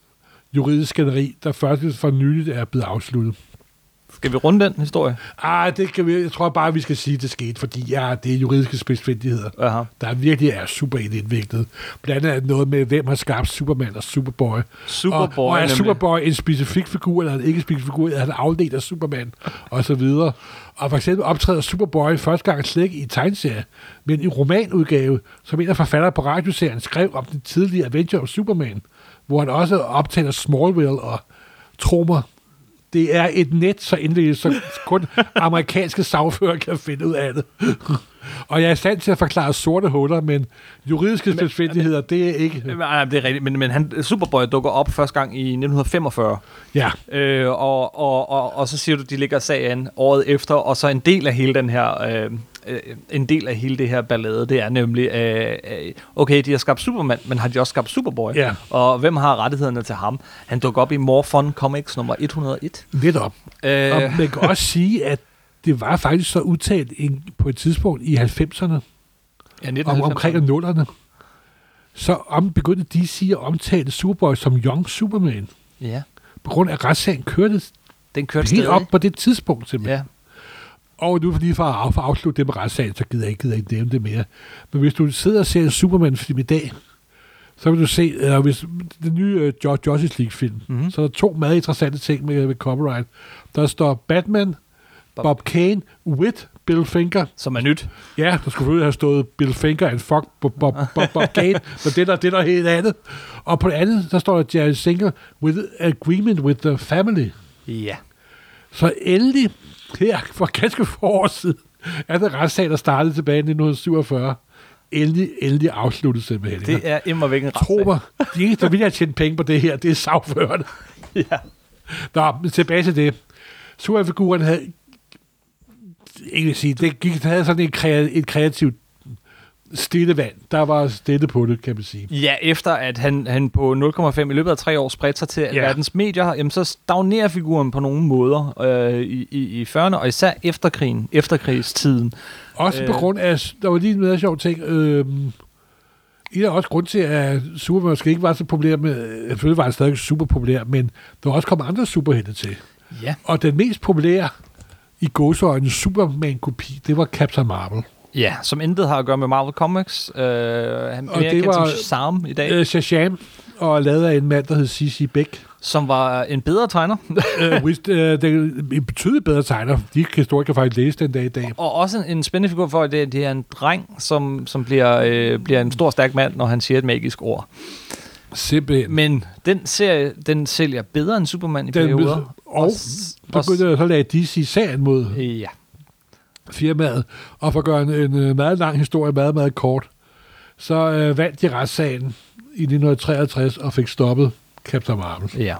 [SPEAKER 2] juridisk skænderi, der først for nyligt er blevet afsluttet.
[SPEAKER 1] Skal vi runde den historie?
[SPEAKER 2] Ah, det kan vi, jeg tror bare, vi skal sige, at det skete, fordi ja, det er juridiske spidsfindigheder,
[SPEAKER 1] Aha.
[SPEAKER 2] der virkelig er super indviklet. Blandt andet noget med, hvem har skabt Superman og Superboy.
[SPEAKER 1] Superboy,
[SPEAKER 2] og, og er
[SPEAKER 1] nemlig.
[SPEAKER 2] Superboy en specifik figur, eller en ikke specifik figur, eller er han afledt af Superman, og så videre. Og for eksempel optræder Superboy første gang slet ikke i tegneserie, men i romanudgave, som en af forfatterne på radioserien skrev om den tidlige Adventure of Superman, hvor han også optaler Smallville og tro mig, det er et net, så endelig så kun amerikanske sagfører kan finde ud af det. og jeg er i stand til at forklare sorte huller, men juridiske spidsfindigheder, det er ikke...
[SPEAKER 1] Jamen, ej, det er rigtigt, men, men han, Superboy dukker op første gang i 1945.
[SPEAKER 2] Ja,
[SPEAKER 1] Øh, og, og, og, og så siger du, de ligger sagen året efter, og så en del af hele den her, øh, øh, en del af hele det her ballade, det er nemlig, øh, øh, okay, de har skabt Superman, men har de også skabt Superboy?
[SPEAKER 2] Ja.
[SPEAKER 1] Og hvem har rettighederne til ham? Han dukker op i More Fun Comics nummer 101.
[SPEAKER 2] lidt op.
[SPEAKER 1] Øh,
[SPEAKER 2] Og man kan også sige, at det var faktisk så udtalt en, på et tidspunkt i 90'erne,
[SPEAKER 1] ja,
[SPEAKER 2] om,
[SPEAKER 1] 1990'erne.
[SPEAKER 2] omkring nullerne. Så om, begyndte DC at omtale Superboy som Young Superman.
[SPEAKER 1] Ja,
[SPEAKER 2] På grund af retssagen kørte det
[SPEAKER 1] den kørte
[SPEAKER 2] helt
[SPEAKER 1] stadig.
[SPEAKER 2] op på det tidspunkt simpelthen.
[SPEAKER 1] Ja,
[SPEAKER 2] Og nu lige for at af- for at afslutte det med retssagen, så gider jeg ikke, gider jeg ikke nævne det mere. Men hvis du sidder og ser en Superman-film i dag, så vil du se, eller hvis den nye øh, Jo- Justice League-film,
[SPEAKER 1] Mhm.
[SPEAKER 2] mm-hmm. så er der to meget interessante ting med, med copyright. Der står Batman,
[SPEAKER 1] Bob-
[SPEAKER 2] Bob, Bob Kane with Bill Finger.
[SPEAKER 1] som er nyt.
[SPEAKER 2] Ja, der skulle selvfølgelig have stået Bill Finger and fuck Bob, Bob, Bob, Bob Kane, men det er der, det er der helt andet. Og på det andet, der står der Jerry Singer with agreement with the family.
[SPEAKER 1] Ja.
[SPEAKER 2] Så endelig, her for ganske få år siden, er det retssag, der startede tilbage i 1947. Endelig, endelig afsluttet simpelthen.
[SPEAKER 1] Det er immer væk en
[SPEAKER 2] Tro mig, de eneste, der vil have tjent penge på det her, det er sagførende.
[SPEAKER 1] Ja.
[SPEAKER 2] Nå, men tilbage til det. Superfiguren havde, ikke vil sige, det gik, havde sådan en kreativ, et kreativt stille vand. Der var stille på det, kan man sige.
[SPEAKER 1] Ja, efter at han, han på 0,5 i løbet af tre år spredte sig til ja.
[SPEAKER 2] Ja.
[SPEAKER 1] verdens medier, jamen så stagnerer figuren på nogle måder øh, i, i, i 40'erne, og især efter krigen, efterkrigstiden.
[SPEAKER 2] Også øh. på
[SPEAKER 1] Øh.
[SPEAKER 2] grund af, der var lige en meget sjov ting, øh, en af også grund til, at Superman måske ikke var så populær, med, øh, selvfølgelig var han stadig super populær, men der var også kommet andre superhelte til.
[SPEAKER 1] Ja.
[SPEAKER 2] Og den mest populære i gåseøjne Superman-kopi, det var Captain Marvel.
[SPEAKER 1] Ja, som intet har at gøre med Marvel Comics. Øh, han
[SPEAKER 2] Og
[SPEAKER 1] mere
[SPEAKER 2] det
[SPEAKER 1] kendt var,
[SPEAKER 2] var-
[SPEAKER 1] som Shazam i dag, øh,
[SPEAKER 2] Øh, Shazam, og lavet af en mand, der hed C.C. Beck.
[SPEAKER 1] som var en bedre tegner,
[SPEAKER 2] øh, hvis, øh, det er en betydeligt bedre tegner. De historikere kan faktisk læse den dag i dag.
[SPEAKER 1] og også en, en spændende figur for, at det, det er en dreng, som, som bliver, øh, bliver en stor, stærk mand, når han siger et magisk ord.
[SPEAKER 2] Simpelthen.
[SPEAKER 1] Men den serie, den sælger bedre end Superman i
[SPEAKER 2] Den-
[SPEAKER 1] perioder.
[SPEAKER 2] og
[SPEAKER 1] s- og s-
[SPEAKER 2] Begyndte, så lagde DC sagen mod
[SPEAKER 1] Ja.
[SPEAKER 2] firmaet, og for at gøre en, en øh, meget lang historie meget, meget kort, så øh, vandt de retssagen i 1953 og fik stoppet Captain Marvel.
[SPEAKER 1] Ja.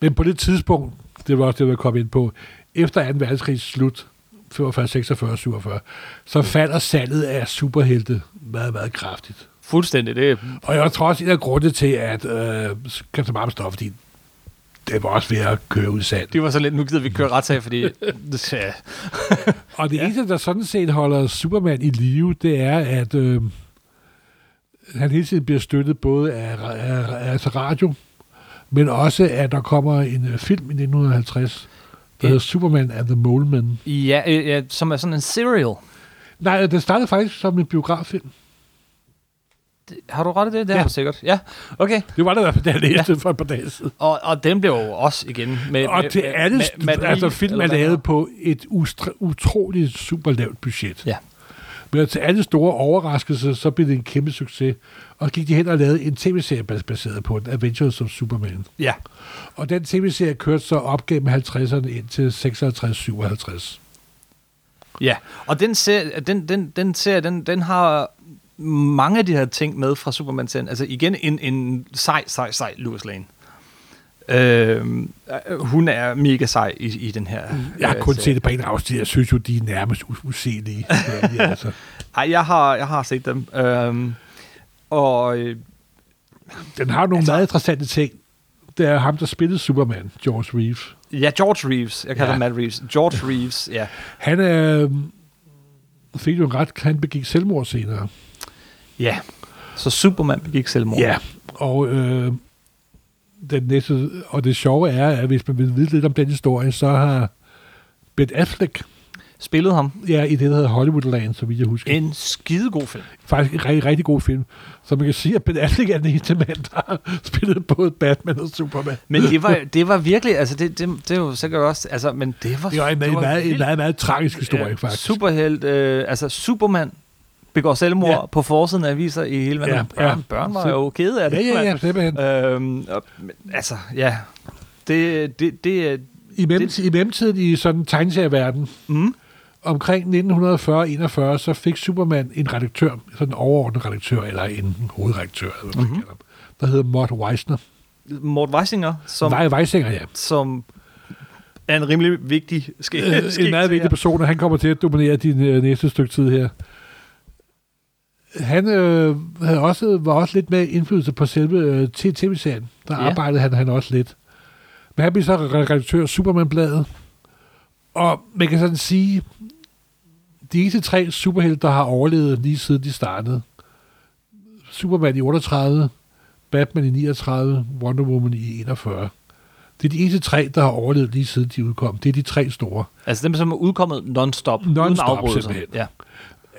[SPEAKER 2] Men på det tidspunkt, det var også det, jeg kom ind på, efter 2. verdenskrigs slut, 45, 46, 47, så falder salget af superhelte meget, meget kraftigt.
[SPEAKER 1] Fuldstændig. Det,
[SPEAKER 2] Og jeg tror også, en af grundene til, at øh, Captain Marvel står, fordi det var også ved at køre ud i sandet.
[SPEAKER 1] det var så lidt, nu gider vi ikke køre retssag, fordi... ja.
[SPEAKER 2] Og det ja. eneste, der sådan set holder Superman i live, det er, at øh, han hele tiden bliver støttet både af, af, af altså radio, men også, at der kommer en øh, film i 1950,
[SPEAKER 1] Ja.
[SPEAKER 2] der hedder Superman and the Mole Man.
[SPEAKER 1] Ja, øh, ja, som er sådan en serial.
[SPEAKER 2] Nej, det startede faktisk som en biograffilm.
[SPEAKER 1] Det- Har du ret i det? Det
[SPEAKER 2] Ja.
[SPEAKER 1] har du sikkert. Ja, okay.
[SPEAKER 2] Det var det i hvert fald, da jeg læste ja. for et par dage siden.
[SPEAKER 1] Og, og den blev jo også igen med...
[SPEAKER 2] Og
[SPEAKER 1] med,
[SPEAKER 2] det
[SPEAKER 1] med-
[SPEAKER 2] er det,
[SPEAKER 1] med- med-
[SPEAKER 2] altså
[SPEAKER 1] med-
[SPEAKER 2] film er
[SPEAKER 1] eller hvad
[SPEAKER 2] lavet på et ustra, utroligt super lavt budget.
[SPEAKER 1] Ja.
[SPEAKER 2] Men til alle store overraskelser, så blev det en kæmpe succes. Og gik de hen og lavede en tv-serie bas- baseret på den, Adventures of Superman.
[SPEAKER 1] Ja.
[SPEAKER 2] Og den tv-serie kørte så op gennem 50'erne ind til 56-57.
[SPEAKER 1] ja. Og den serie, den, den, den, serie den, den har mange af de her ting med fra superman serien Altså igen en, en sej, sej, sej Louis Lane. Øh, hun er mega sej i, i den her
[SPEAKER 2] Jeg har
[SPEAKER 1] øh,
[SPEAKER 2] kun
[SPEAKER 1] serie.
[SPEAKER 2] set det på en afsnit. Jeg synes jo, de er nærmest u- uselige. Det er de altså.
[SPEAKER 1] Ej, jeg har, jeg har set dem. Øhm, og øh,
[SPEAKER 2] Den har nogle altså, meget interessante ting. Det er ham, der spillede Superman, George Reeves.
[SPEAKER 1] ja, George Reeves. Jeg kalder
[SPEAKER 2] Ja.
[SPEAKER 1] ja. Matt Reeves. George Reeves, ja.
[SPEAKER 2] Han øh, fik jo en ret, han begik selvmord senere.
[SPEAKER 1] Ja. Så Superman begik selvmord.
[SPEAKER 2] Ja, og øh, den næste, og det sjove er, at hvis man vil vide lidt om den historie, så har Ben Affleck,
[SPEAKER 1] Spillede ham.
[SPEAKER 2] ja, i det, der hedder Hollywoodland, så vidt jeg husker.
[SPEAKER 1] En skidegod film.
[SPEAKER 2] Faktisk en rigtig, rigtig god film. Så man kan sige, at Ben Affleck er den eneste mand, der har spillet både Batman og Superman.
[SPEAKER 1] Men det var, det var virkelig, altså det, det, det er jo sikkert også, altså, men det var...
[SPEAKER 2] Det var en, en, meget, en
[SPEAKER 1] vildt.
[SPEAKER 2] meget, meget tragisk historie,
[SPEAKER 1] Ja,
[SPEAKER 2] faktisk.
[SPEAKER 1] Superhelt, øh, altså Superman begår selvmord
[SPEAKER 2] Ja.
[SPEAKER 1] ja. på forsiden af aviser i hele verden.
[SPEAKER 2] Ja,
[SPEAKER 1] Ja,
[SPEAKER 2] ja.
[SPEAKER 1] ja. Børn var jo kede af
[SPEAKER 2] Ja,
[SPEAKER 1] det.
[SPEAKER 2] ja, ja, simpelthen.
[SPEAKER 1] ja. Øhm, og, men, altså, ja. Det, det, det, er-
[SPEAKER 2] I, mellemtiden, I mellemtiden i sådan en tegneserieverdenen,
[SPEAKER 1] mm,
[SPEAKER 2] omkring 1940-41, så fik Superman en redaktør, sådan en overordnet redaktør, eller en hovedredaktør, eller hvad man mm-hmm. kalder ham, der hedder Mort Weisner.
[SPEAKER 1] Mort Weisinger, som,
[SPEAKER 2] Som, Vej Weisinger, ja.
[SPEAKER 1] som er en rimelig vigtig ske,
[SPEAKER 2] Øh, en meget vigtig
[SPEAKER 1] her.
[SPEAKER 2] person, og han kommer til at dominere din øh, næste stykke tid her. Han øh, havde også, var også lidt med indflydelse på selve øh, T- tv-serien. Der
[SPEAKER 1] Ja.
[SPEAKER 2] arbejdede han, han også lidt. Men han blev så redaktør af Superman-bladet. Og man kan sådan sige, de eneste tre superhelte, der har overlevet lige siden de startede. Superman i 38, Batman i 39, Wonder Woman i 41. Det er de eneste tre, der har overlevet lige siden de udkom. Det er de tre store.
[SPEAKER 1] Altså dem, som er udkommet non-stop, uden
[SPEAKER 2] Non-stop,
[SPEAKER 1] afbrydelser.
[SPEAKER 2] simpelthen.
[SPEAKER 1] Ja.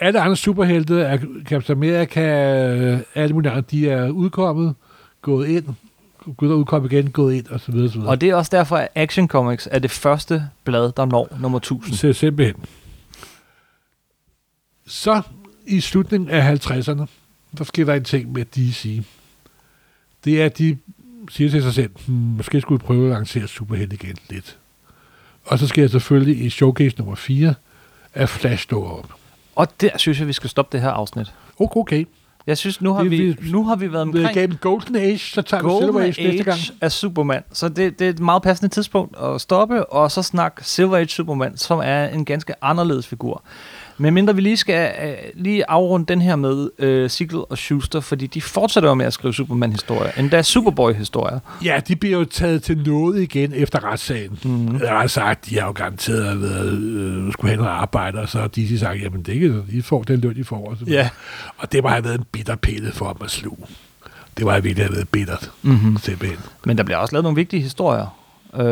[SPEAKER 2] alle andre superhelte, er Captain America, øh, alle mulige andre, de er udkommet, gået ind, gået og udkommet igen, gået ind, og så videre, så videre.
[SPEAKER 1] Og det er også derfor, at Action Comics er det første blad, der når nummer 1000.
[SPEAKER 2] Så simpelthen. Så i slutningen af 50'erne, der sker der en ting med DC. Det er, at de siger til sig selv, hmm, måske skulle vi prøve at lancere Superheld igen lidt. Og så sker jeg selvfølgelig i showcase nummer 4, at Flash dukker op.
[SPEAKER 1] Og der synes jeg, vi skal stoppe det her afsnit.
[SPEAKER 2] Okay, okay.
[SPEAKER 1] Jeg synes, nu har,
[SPEAKER 2] Det-
[SPEAKER 1] vi,
[SPEAKER 2] vi-
[SPEAKER 1] nu har vi været
[SPEAKER 2] Det er
[SPEAKER 1] omkring
[SPEAKER 2] gennem Golden Age, så tager vi Silver
[SPEAKER 1] Golden
[SPEAKER 2] Age næste gang.
[SPEAKER 1] Age af Superman. Så det, det er et meget passende tidspunkt at stoppe, og så snakke Silver Age Superman, som er en ganske anderledes figur. Men mindre vi lige skal øh, lige afrunde den her med øh, Sigel og Schuster, fordi de fortsætter jo med at skrive Superman-historier, endda Superboy-historier.
[SPEAKER 2] Ja, de bliver jo taget til noget igen efter retssagen. Mm.
[SPEAKER 1] Mhm.
[SPEAKER 2] Jeg har sagt, de har jo garanteret at været, øh, skulle hen og arbejde, og så har de sagt, jamen det kan I får den løn, I får. Og, så videre.
[SPEAKER 1] Ja.
[SPEAKER 2] og det må have været en bitter pille for dem at sluge. Det må have virkelig have været bittert,
[SPEAKER 1] Mhm.
[SPEAKER 2] simpelthen.
[SPEAKER 1] Men der bliver også lavet nogle vigtige historier øh,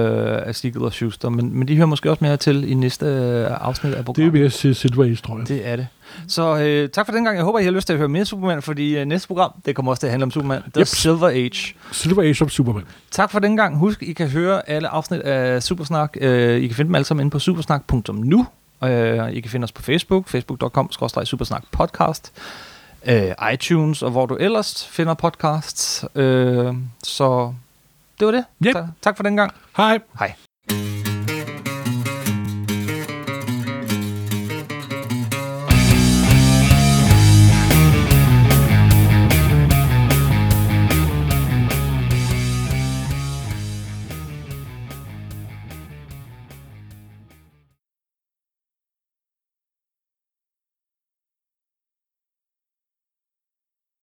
[SPEAKER 1] af Sigel og Schuster, men, men de hører måske også mere til i næste øh, afsnit af
[SPEAKER 2] Det er
[SPEAKER 1] programmet.
[SPEAKER 2] jo ved at se Silver Age, tror jeg.
[SPEAKER 1] Det er det. Så øh, tak for den gang. Jeg håber, I har lyst til at høre mere Superman, fordi øh, næste program, det kommer også til at handle om Superman. The
[SPEAKER 2] Yep.
[SPEAKER 1] yep. Silver Age.
[SPEAKER 2] Silver Age som Superman.
[SPEAKER 1] Tak for den gang. Husk, I kan høre alle afsnit af Supersnak. Øh, I kan finde dem alle sammen inde på supersnak.nu. Øh, I kan finde os på Facebook, facebook.com supersnak podcast, øh, iTunes og hvor du ellers finder podcasts. Øh, så det var det.
[SPEAKER 2] Yep.
[SPEAKER 1] Tak, tak for den gang.
[SPEAKER 2] Hej!
[SPEAKER 1] Hej.